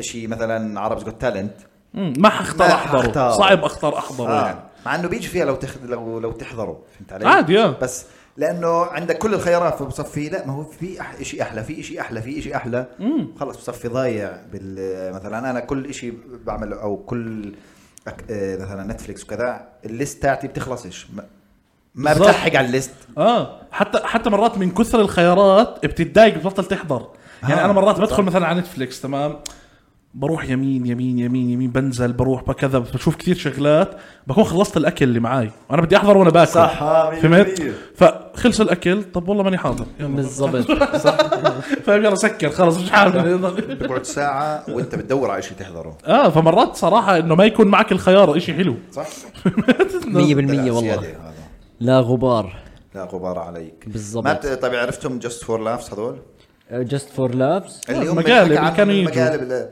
S3: شيء مثلا عربز جوت تالنت
S2: مم، ما حختار
S3: ما
S2: احضره
S3: حختار.
S2: صعب اختار احضره يعني
S3: آه. مع انه بيجي فيها لو تخ... لو لو تحضره فهمت علي؟
S2: عادي، آه.
S3: بس لانه عندك كل الخيارات فبصفي لا ما هو في أح... شيء احلى في شيء احلى في شيء احلى خلص بصفي ضايع بال مثلا انا كل شيء بعمل او كل أك... آه، مثلا نتفليكس وكذا الليست تاعتي بتخلصش ما, ما
S2: بالضبط.
S3: بتلحق على الليست
S2: اه حتى حتى مرات من كثر الخيارات بتتضايق بتبطل تحضر يعني
S3: آه،
S2: انا مرات بدخل مثلا على نتفليكس تمام بروح يمين يمين يمين يمين بنزل بروح بكذا بشوف كثير شغلات بكون خلصت الاكل اللي معي وانا بدي احضر وانا باكل
S3: صح، آه، مية
S2: فهمت
S3: بالمية.
S2: فخلص الاكل طب والله ماني حاضر يلا
S1: بالضبط
S2: فاهم يلا سكر خلص مش حاضر
S3: بقعد ساعة وانت بتدور على شيء تحضره
S2: اه فمرات صراحه انه ما يكون معك الخيار إشي حلو
S3: صح؟
S1: 100%
S3: لا،
S1: والله
S3: زيادة هذا.
S1: لا غبار
S3: لا غبار عليك
S1: بالضبط.
S3: ما بت- طيب عرفتهم جاست فور لافس هذول؟
S1: جاست فور لابس
S3: اللي هم
S2: آه، مقالب
S3: بنحكي
S2: اللي
S3: عنهم
S2: كانوا يجوا.
S3: المقالب اللي-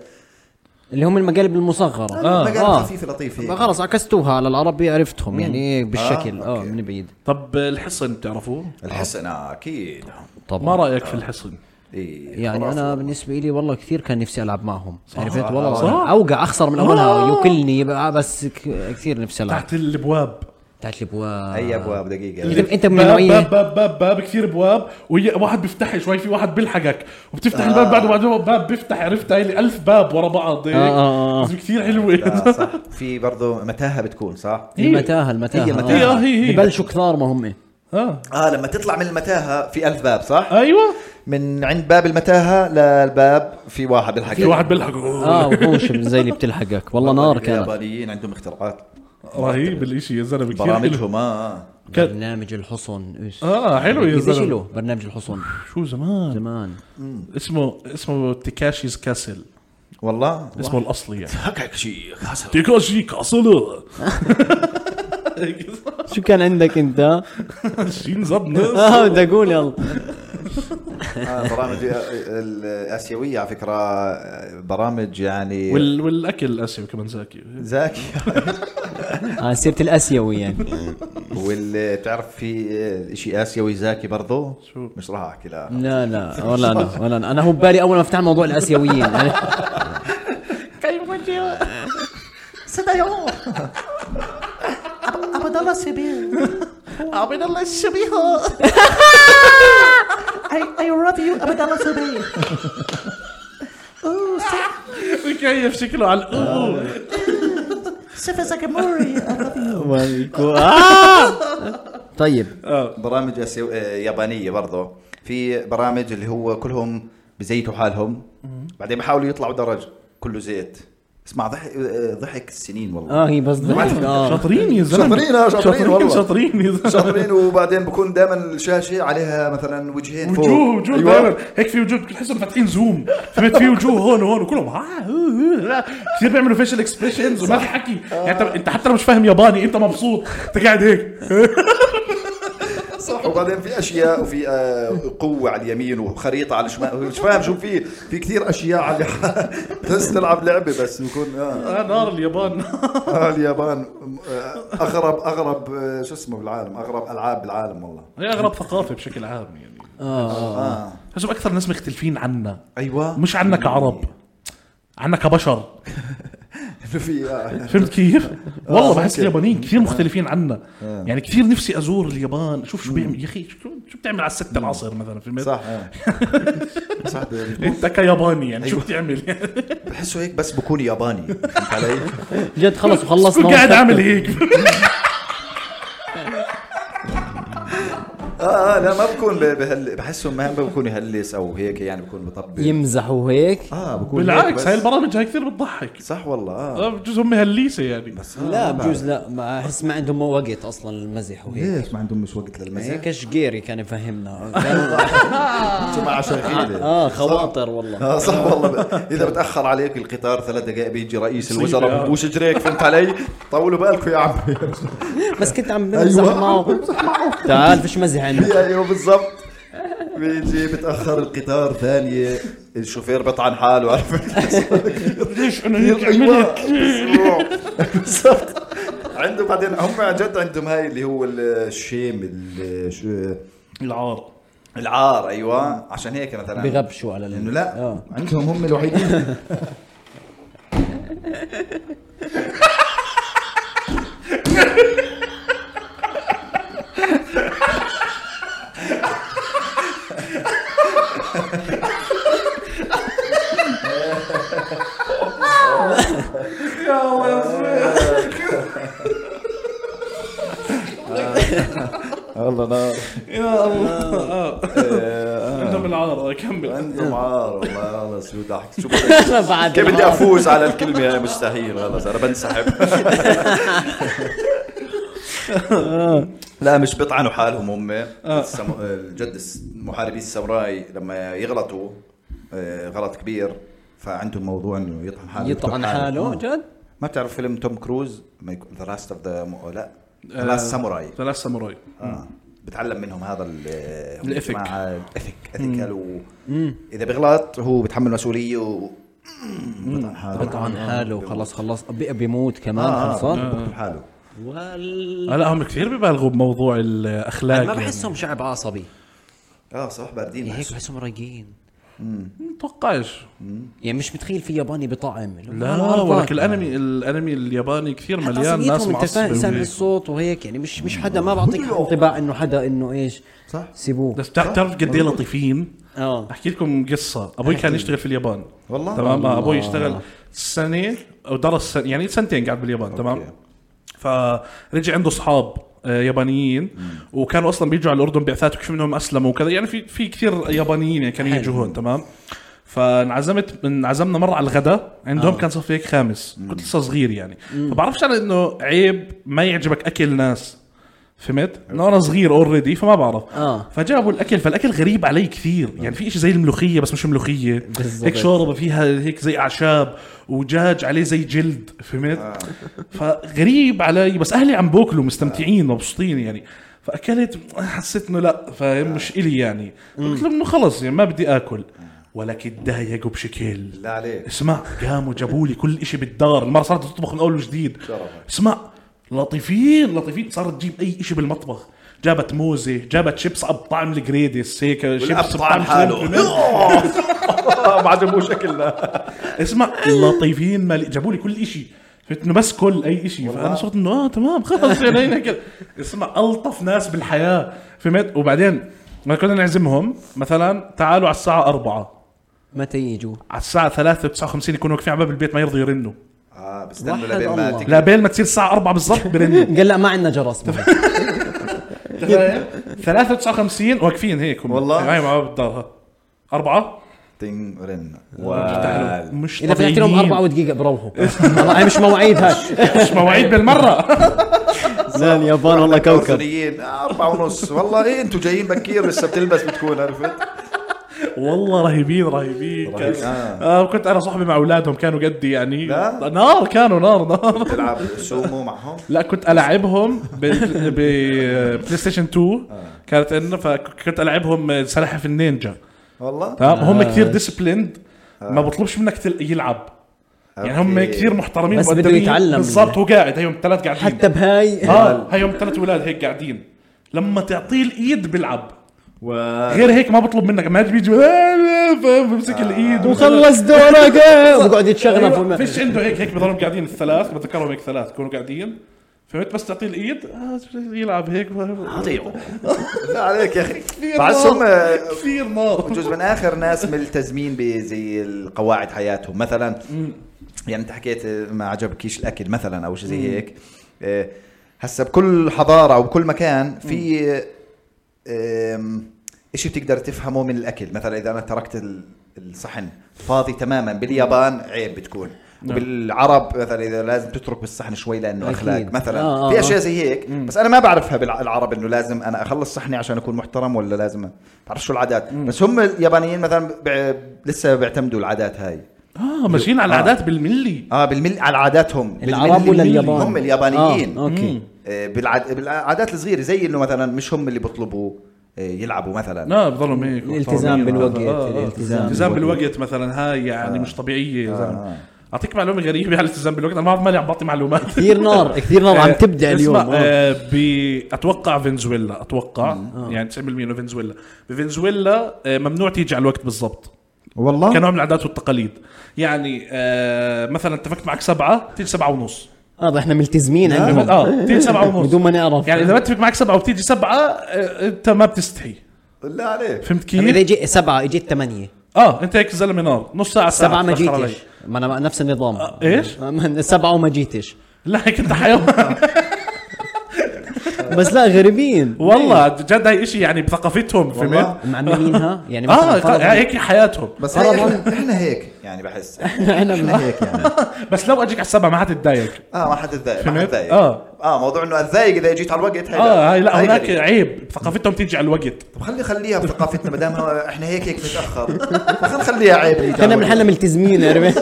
S1: اللي هم المقالب المصغره
S3: آه. مقالب
S1: آه.
S3: خفيفه لطيفه
S1: ما خلص عكستوها على العربي عرفتهم يعني بالشكل اه
S3: أوكي.
S1: من بعيد
S2: طب الحصن بتعرفوه
S3: الحسن آه، اكيد
S2: ما
S1: طبعا
S2: رايك في الحصن
S3: إيه،
S1: يعني
S3: خلاص.
S1: انا بالنسبه لي والله كثير كان نفسي العب معهم عرفت والله
S2: صح.
S1: العظيم. اوقع اخسر من اولها
S2: آه.
S1: يوكلني بقى، بس ك- كثير نفسي العب
S2: تحت الابواب
S1: تحت الابواب
S3: اي ابواب دقيقه
S1: اللي- أنت- أنت من
S2: باب-
S1: النوعية-
S2: باب باب باب باب كثير ابواب وهي واحد بيفتحش شوي في واحد بيلحقك وبتفتح الباب بعد بعد باب بيفتح عرفت هاي اللي 1000 باب ورا بعض
S1: آه.
S2: بس كثير حلوه
S3: آه، صح في برضه متاهه بتكون صح؟
S2: هي.
S1: المتاهه المتاهه
S3: هي
S1: آه.
S3: متاهة.
S2: هي- هي.
S1: ببلشوا كثار ما هم إيه.
S2: اه
S3: اه لما تطلع من المتاهه في ألف باب صح؟
S2: ايوه
S3: من عند باب المتاهه للباب في واحد بالحق
S2: في واحد بيلحقه
S1: اه وحوش زي اللي بتلحقك والله نار كانت
S3: اليابانيين عندهم اختراعات
S2: رهيب الاشي يا زلمه كثير حلو
S3: برامجهم اه
S2: كان-
S1: برنامج الحصن إيش.
S2: آه، حلو يا
S1: بديش
S2: زلمة.
S1: له برنامج الحصن
S2: شو زمان
S1: زمان
S2: اسمه اسمه تيكاشيز كاسل
S3: والله
S2: اسمه الاصلي يعني
S3: هكاك شيء خسر.
S2: تيكاشي كاسل
S1: شو كان عندك انت؟
S2: شين زبنس
S1: اه بدي اقول يلا
S3: آه، برامج الاسيويه على فكره آه، برامج يعني
S2: وال... والاكل الاسيوي كمان زاكي
S3: زاكي
S1: آه سيره الاسيوي يعني
S3: واللي تعرف في آه، شيء اسيوي زاكي برضو
S2: شو؟
S3: مش راح احكي لا
S1: لا لا ولا انا ولا انا انا هو ببالي اول ما فتح موضوع الاسيويين يعني
S2: عبد الله الشبيه مكيف شكله على الأوه.
S1: آه! طيب
S3: برامج أسيو... آه، يابانيه برضو في برامج اللي هو كلهم بزيتوا حالهم بعدين بحاولوا يطلعوا درج كله زيت اسمع ضحك آه، ضحك السنين والله
S2: آه.
S1: اه هي بس ضحك اه
S2: شاطرين يا زلمه
S3: آه. شاطرين، آه، شاطرين والله.
S2: شاطرين يا زلمه
S3: شاطرين وبعدين بكون دائما الشاشه عليها مثلا وجهين فوق
S2: وجوه وجوه
S3: أيوة.
S2: دائما هيك في وجوه بتحسهم فاتحين زوم فهمت في وجوه هون وهون وكلهم ها هو، هو، لا كثير بيعملوا فيشل اكسبريشنز وما في حكي يعني انت انت حتى لو مش فاهم ياباني انت مبسوط انت قاعد هيك
S3: صح وبعدين في اشياء وفي آه، قوه على اليمين وخريطه على الشمال مش فاهم شو في في كثير اشياء على بس تلعب لعبه بس يكون آه.
S2: آه، نار اليابان
S3: آه، اليابان آه، اغرب اغرب آه، شو اسمه بالعالم اغرب العاب بالعالم والله
S2: هي اغرب ثقافه بشكل عام يعني
S3: اه
S2: بحسهم اكثر ناس مختلفين عنا
S3: ايوه
S2: مش عنا كعرب عنا كبشر
S3: في آه.
S2: فهمت كيف؟ والله بحس
S3: ممكن.
S2: اليابانيين كثير مختلفين عنا يعني كثير نفسي ازور اليابان شوف شو بيعمل يا اخي شو شو بتعمل على الستة العصر مثلا فهمت؟
S3: صح آه. صح ب-
S2: انت كياباني يعني شو بتعمل يعني
S3: بحسه هيك بس بكون ياباني فهمت علي؟
S1: جد خلص وخلصنا
S2: كنت قاعد عامل هيك
S3: اه اه لا ما بكون ب- بهل بحسهم ما بكون يهلس او هيك يعني بكون مطبل
S1: يمزحوا هيك
S3: اه بكون هيك
S2: بالعكس
S3: بس.
S2: هاي البرامج هاي كثير بتضحك
S3: صح والله اه
S2: آه، بجوز هم هليسه يعني
S3: بس آه،
S1: لا
S3: ما بعرف.
S1: بجوز لا ما احس ما عندهم وقت اصلا للمزح وهيك
S3: ليش ما عندهم مش وقت للمزح؟
S1: هيك شقيري كان يفهمنا كان-
S3: جماعة شغيلة
S2: آه.
S1: اه خواطر والله
S3: اه صح والله ب- اذا بتاخر عليك القطار ثلاث دقائق بيجي رئيس
S2: مصيبة، آه.
S3: الوزراء وشجريك فهمت علي؟ طولوا بالكم يا عمي
S1: بس كنت عم بمزح
S3: أيوة.
S1: معه تعال فيش مزح عندك
S3: ايوه بالضبط بيجي بتاخر القطار ثانيه الشوفير بطعن حاله عارف
S2: ليش انا هيك
S3: ايوه
S2: عملت
S3: بالضبط عنده بعدين هم عن جد عندهم هاي اللي هو الشيم ال- شو-
S2: العار
S3: العار ايوه عشان هيك مثلا
S1: بغبشوا على
S3: انه
S1: ال-
S3: لا
S1: آه.
S3: عندهم هم الوحيدين والله نار
S2: يا الله آه. عندهم العار آه، كمل
S3: عندهم عار والله خلص شو ضحك شو
S1: بعد
S3: كيف بدي
S1: العار.
S3: افوز على الكلمه هاي مستحيل خلص انا بنسحب لا مش بيطعنوا حالهم هم
S1: آه.
S3: السم... الجد الس- محاربي الساموراي لما يغلطوا آه، غلط كبير فعندهم موضوع انه يطعن حاله
S1: يطعن
S3: ويفك
S1: حاله
S3: آه.
S1: جد
S3: ما بتعرف فيلم توم كروز ذا لاست اوف ذا لا ذا
S1: آه.
S3: لاست ساموراي
S2: ثلاث ساموراي
S3: آه. بتعلم منهم هذا
S2: الإفك.
S3: الافك الافك اثيكال و... اذا بغلط هو بتحمل مسؤوليه و بطعن حاله
S1: بطعن حاله وخلص خلص بي- بيموت كمان
S3: آه،
S1: خلصان
S3: آه. بطعن حاله
S1: وال
S2: هلا هم كثير ببالغوا بموضوع الاخلاق
S1: ما بحسهم شعب عصبي
S3: اه صح باردين
S1: هيك
S3: بحس.
S1: بحسهم رايقين
S2: يعني متوقعش
S1: يعني مش متخيل في ياباني بطعم لو ما
S2: لا
S1: بعرف
S2: ولك
S1: أكل.
S2: الانمي الانمي الياباني كثير
S1: حتى
S2: مليان
S1: عصبيتهم
S2: ناس
S1: انت فاهم سامع
S2: معصبه
S1: الصوت وهيك يعني مش مش حدا
S3: آه.
S1: ما بعطيك انطباع انه حدا انه ايش
S3: صح.
S1: سيبوه
S2: بس بتعرف تعرف قد ايه لطيفين
S1: اه
S2: احكي لكم قصه ابوي كان يشتغل في اليابان
S3: آه. والله؟
S2: تمام
S3: والله.
S2: ابوي اشتغل سنه او درس سنة يعني سنتين قاعد باليابان تمام فرجع عنده اصحاب آه، يابانيين وكانوا اصلا بيجوا على الاردن بعثات وكيف منهم اسلموا وكذا يعني في في كثير يابانيين يعني كانوا يجوا هون تمام فانعزمت انعزمنا مره على الغداء
S1: آه.
S2: عندهم كان صف هيك خامس كنت لسه صغير يعني فبعرفش انا انه عيب ما يعجبك اكل ناس فهمت؟ انه انا صغير اوريدي فما بعرف
S1: آه.
S2: فجابوا الاكل فالاكل غريب علي كثير يعني في شيء زي الملوخيه بس مش ملوخيه
S1: بالضبط.
S2: هيك شوربه فيها هيك زي اعشاب ودجاج عليه زي جلد فهمت؟
S1: آه.
S2: فغريب علي بس اهلي عم بوكلوا مستمتعين مبسوطين يعني فاكلت حسيت انه لا فاهم مش الي يعني قلت لهم انه خلص يعني ما بدي اكل ولكن تضايقوا بشكل
S3: بالله عليك
S2: اسمع قاموا جابوا لي كل شيء بالدار المره صارت تطبخ من اول وجديد
S3: شرفك.
S2: اسمع لطيفين لطيفين صارت تجيب اي شيء بالمطبخ جابت موزه جابت شيبس اب طعم الجريدس هيك شيبس
S3: بطعن
S2: بطعم
S3: حاله آه،
S2: شريمب. ما عجبوه شكلنا اسمع لطيفين مالي جابوا لي كل شيء فهمت انه بس كل اي شيء فانا صرت انه اه تمام خلص يعني هينا كده اسمع الطف ناس بالحياه فهمت وبعدين ما كنا نعزمهم مثلا تعالوا على الساعه 4
S1: متى يجوا
S2: على الساعة 3 59 يكونوا واقفين على باب البيت ما يرضوا يرنوا،
S3: اه بستنوا
S1: وحد
S3: لبين ما
S1: الله.
S3: تك-
S2: لا بين ما تصير الساعة 4 بالضبط برنوا
S1: قال لا ما عندنا جرس
S2: تخيل 3 59 واقفين هيك يعني هم
S3: والله؟
S2: هاي مع باب الدار ها أربعة
S3: تين رن وال-
S2: مش
S1: اذا فتحت لهم
S2: طبيعيين.
S1: اربعة ودقيقة بروحوا والله هاي مش مواعيد هاي
S2: مش مواعيد بالمرة
S1: لا اليابان والله
S3: اردنيين آه، أربعة ونص والله إيه أنتوا جايين بكير لسه بتلبس بتكون عرفت
S2: والله رهيبين رهيبين
S3: رهيب.
S2: كان-
S3: آه.
S2: آه كنت أنا صاحبي مع أولادهم كانوا قدي يعني
S3: لا.
S2: نار كانوا نار نار
S3: تلعب سومو معهم
S2: لا كنت العبهم بال- ببلاي ستيشن 2
S3: آه.
S2: كانت انه فكنت العبهم سلاحف النينجا
S3: والله
S2: تمام هم كثير ديسبليند ما بطلبش منك تل- يلعب يعني هم
S3: أوكي.
S2: كثير محترمين
S1: بس بده
S2: مؤدبين.
S1: يتعلم.
S2: بالضبط هو قاعد هيهم الثلاث قاعدين
S1: حتى بهاي
S2: اه هيهم ثلاث اولاد هيك قاعدين لما تعطيه الايد بيلعب
S3: و-
S2: غير هيك ما بطلب منك ما بيجي بمسك الايد
S1: وخلص دورك آه، وبقعد يتشغنف
S2: أيوة،
S1: وما-
S2: فيش عنده هيك هيك بضلهم قاعدين الثلاث بتذكرهم هيك ثلاث يكونوا قاعدين فهمت بس تعطيه الايد آه، يلعب هيك
S3: اطيعوا لا عليك يا اخي
S2: كثير
S3: بحسهم
S2: نار
S3: آه،
S2: كثير نار
S3: بجوز من اخر ناس ملتزمين بزي القواعد حياتهم مثلا يعني انت حكيت ما عجبكيش الاكل مثلا او شيء زي هيك آه، هسا بكل حضاره او بكل مكان في آم، اشي بتقدر تفهمه من الاكل مثلا اذا انا تركت ال- الصحن فاضي تماما باليابان عيب بتكون بالعرب مثلا اذا لازم تترك بالصحن شوي لانه
S1: نعم. أكيد.
S3: اخلاق مثلا
S1: آه، آه،
S3: في
S1: آه.
S3: اشياء زي هيك بس انا ما بعرفها بالعرب انه لازم انا اخلص صحني عشان اكون محترم ولا لازم بعرف شو العادات بس هم اليابانيين مثلا ب... لسه بيعتمدوا العادات هاي
S2: اه ماشيين على
S3: آه.
S2: العادات بالملي
S3: اه بالمل على عاداتهم
S1: العرب
S3: بالملي-
S1: ولا
S3: بالملي.
S1: اليابان؟
S3: هم اليابانيين
S1: آه، اوكي
S3: آه، بالعاد... بالعادات الصغيره زي انه مثلا مش هم اللي بيطلبوا يلعبوا مثلا
S2: لا بضلهم هيك
S1: الالتزام بالوقت، الالتزام آه.
S2: الالتزام الالتزام بالوقت مثلا هاي يعني مش طبيعيه يا زلمه اعطيك معلومه غريبه على الالتزام بالوقت انا ما عم- مالي عم بعطي معلومات
S1: كثير نار كثير نار عم تبدع اليوم
S2: اسمع
S1: آه.
S2: آه، ب- اتوقع فنزويلا اتوقع يعني 90% انه فنزويلا بفنزويلا آه، ممنوع تيجي على الوقت بالضبط
S3: والله
S2: كنوع من العادات والتقاليد يعني آه، مثلا اتفقت معك سبعه تيجي سبعه ونص
S1: هذا احنا ملتزمين عندهم
S2: اه تيجي سبعه ونص
S1: آه. بدون ما نعرف
S2: يعني اذا ما اتفق معك سبعه وبتيجي سبعه آه، انت ما بتستحي
S3: بالله عليك
S2: فهمت
S1: طب اذا
S2: كيف؟
S1: اجيت سبعه اجيت ثمانيه
S2: اه انت هيك زلمه نار نص ساعه ساعة
S1: سبعه ما
S2: تتأخر علي.
S1: جيتش ما انا نفس النظام
S2: آه، إيش؟
S1: ما- سبعه وما جيتش
S2: لا هيك انت حيوان
S1: بس لا غريبين
S2: والله جد هاي شيء يعني بثقافتهم فهمت؟
S3: والله.
S1: معممينها يعني
S2: اه
S1: مثلا
S2: ق-
S1: فرضاً-
S2: هيك حياتهم
S3: بس
S1: طبعاً.
S3: هي احنا احنا هيك يعني بحس احنا احنا هيك يعني
S2: بس لو اجيك على السبعه ما حتتضايق
S3: اه ما حد تضايق ما حد
S2: فهمت؟
S3: تضايق
S2: آه.
S3: اه موضوع انه اتضايق اذا جيت على الوقت هي
S2: اه هاي لا هناك
S3: غريبة.
S2: عيب ثقافتهم تيجي على الوقت
S3: طب خلي خليها بثقافتنا ما دام احنا هيك هيك نتاخر خلينا نخليها عيب اللي
S1: احنا من حالنا ملتزمين عرفت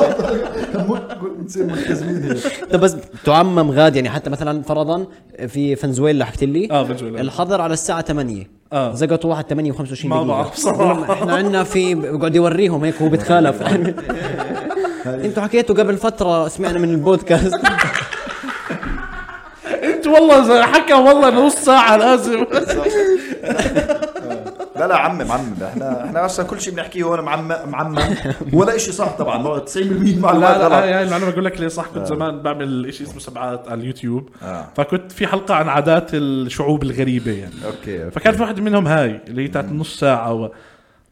S3: نصير ملتزمين
S1: طب بس تعمم غاد يعني حتى مثلا فرضا في فنزويلا حكت لي
S2: آه، فنزويلا.
S1: الحظر على الساعه 8
S2: آه.
S1: زقطوا واحد 8 و25 دقيقه
S2: ما بعرف صراحة.
S1: احنا عندنا في بقعد يوريهم هيك هو بتخالف انتوا حكيتوا قبل فتره سمعنا من البودكاست
S2: انت والله زي- حكى والله نص ساعه لازم
S3: لا لا عمم عمم احنا احنا اصلا كل شيء بنحكيه هون معمم معمم ولا شيء صح طبعا 90% معلومات
S2: لا لا هاي
S3: غلط
S2: هاي المعلومه بقول لك ليه صح كنت زمان بعمل شيء اسمه سبعات على اليوتيوب
S3: آه.
S2: فكنت في حلقه عن عادات الشعوب الغريبه يعني
S3: اوكي أوكي.
S2: فكان في واحد منهم هاي اللي هي تاعت نص ساعه و...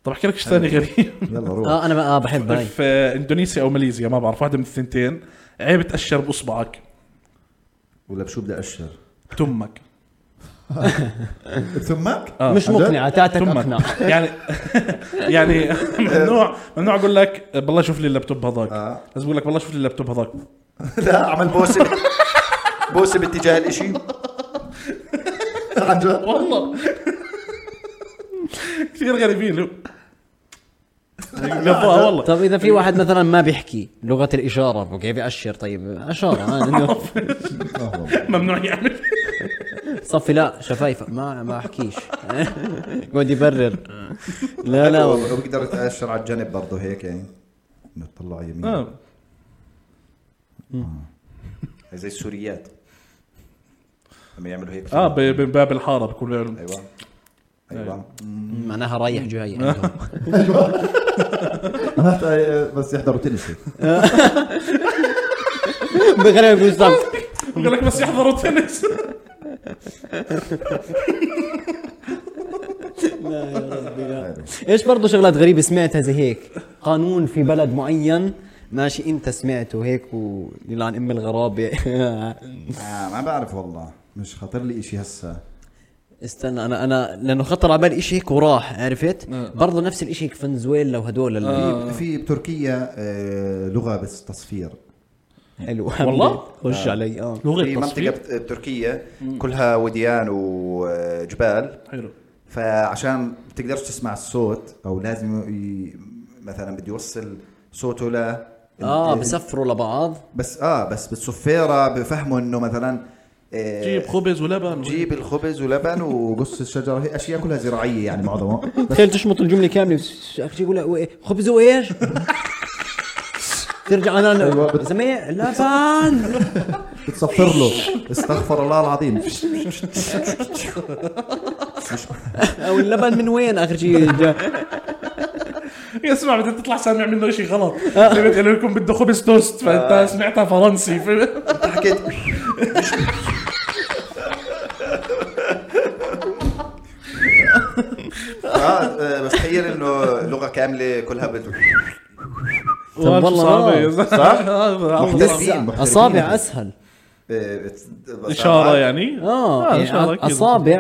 S2: طب احكي لك شيء ثاني غريب
S3: يلا روح
S1: اه انا ما- اه بحب هاي
S2: في اندونيسيا او ماليزيا ما بعرف واحده من الثنتين عيب تاشر باصبعك
S3: ولا بشو بدي اشر
S2: تمك
S3: ثمك
S2: آه.
S1: مش مقنعه تاتك اقنع
S2: تمك يعني يعني ممنوع ممنوع اقول لك بالله شوف لي اللابتوب هذاك
S3: آه.
S2: لازم اقول لك بالله شوف لي اللابتوب هذاك
S3: لا عمل بوسه بوسه باتجاه آه، الاشي عن جد
S2: والله كثير غريبين لو قفوها والله
S1: طب اذا في واحد مثلا ما بيحكي لغه الاشاره كيف ياشر طيب اشاره آه، إنه
S2: ممنوع يعني. يعمل
S1: صفي لا شفايفه ما ما احكيش يقعد يبرر لا لا والله
S3: بقدر تاشر على الجنب برضه هيك يعني انه تطلع يمين
S2: آه.
S3: هي زي السوريات لما يعملوا هيك
S1: آه.
S2: اه ب- من باب الحاره بكون بيعمل-
S3: ايوه
S1: أيوة.
S3: ايوه
S1: معناها رايح جاي عندهم
S3: معناتها آه، بس يحضروا تنس
S1: بغير يقول صف
S2: بقول لك بس يحضروا تنس
S1: ايش برضه شغلات غريبه سمعتها زي هيك قانون في بلد معين ماشي انت سمعته هيك ولعن ام الغرابه
S3: آه ما بعرف والله مش خاطر لي اشي هسه
S1: استنى انا انا لانه خطر على بالي شيء هيك وراح عرفت برضه نفس الشيء هيك فنزويلا وهدول اللي
S3: في في بتركيا آه لغه بس تصفير
S1: حلو
S2: والله؟
S1: خش علي اه
S3: في منطقه بت- بتركيا كلها وديان وجبال
S2: حلو
S3: فعشان بتقدرش تسمع الصوت او لازم ي... مثلا بده يوصل صوته ل
S1: اه
S3: ال-
S1: بسفروا لبعض
S3: بس اه بس بالصفيره بفهموا انه مثلا آه،
S2: جيب خبز ولبن
S3: جيب الخبز ولبن وقص الشجره هي اشياء كلها زراعيه يعني معظمها
S1: تخيل تشمط الجمله كامله وش- شو يقول لها وإيه؟ خبز وايش؟ ترجع انا أنا-
S3: أيوة.
S1: زميل لبن
S3: بتصفر له استغفر الله العظيم
S1: او اللبن من وين اخر شيء جا-
S2: اسمع بدك تطلع سامع منه شيء غلط اللي بده يكون بده خبز توست
S3: آه.
S2: فانت سمعتها فرنسي فهمت؟
S3: انت حكيت اه آه، بس تخيل انه لغه كامله كلها بت...
S1: طب والله
S2: صعبة
S1: آه.
S2: يا زلمة.
S3: صح؟
S2: آه، والله
S3: محترفين،
S2: صعبة.
S3: محترفين.
S1: اصابع اسهل
S3: آه، بت-
S2: إشارة يعني
S3: آه.
S1: اه
S2: إن شاء الله آه.
S1: يعني
S2: أكيد.
S1: اصابع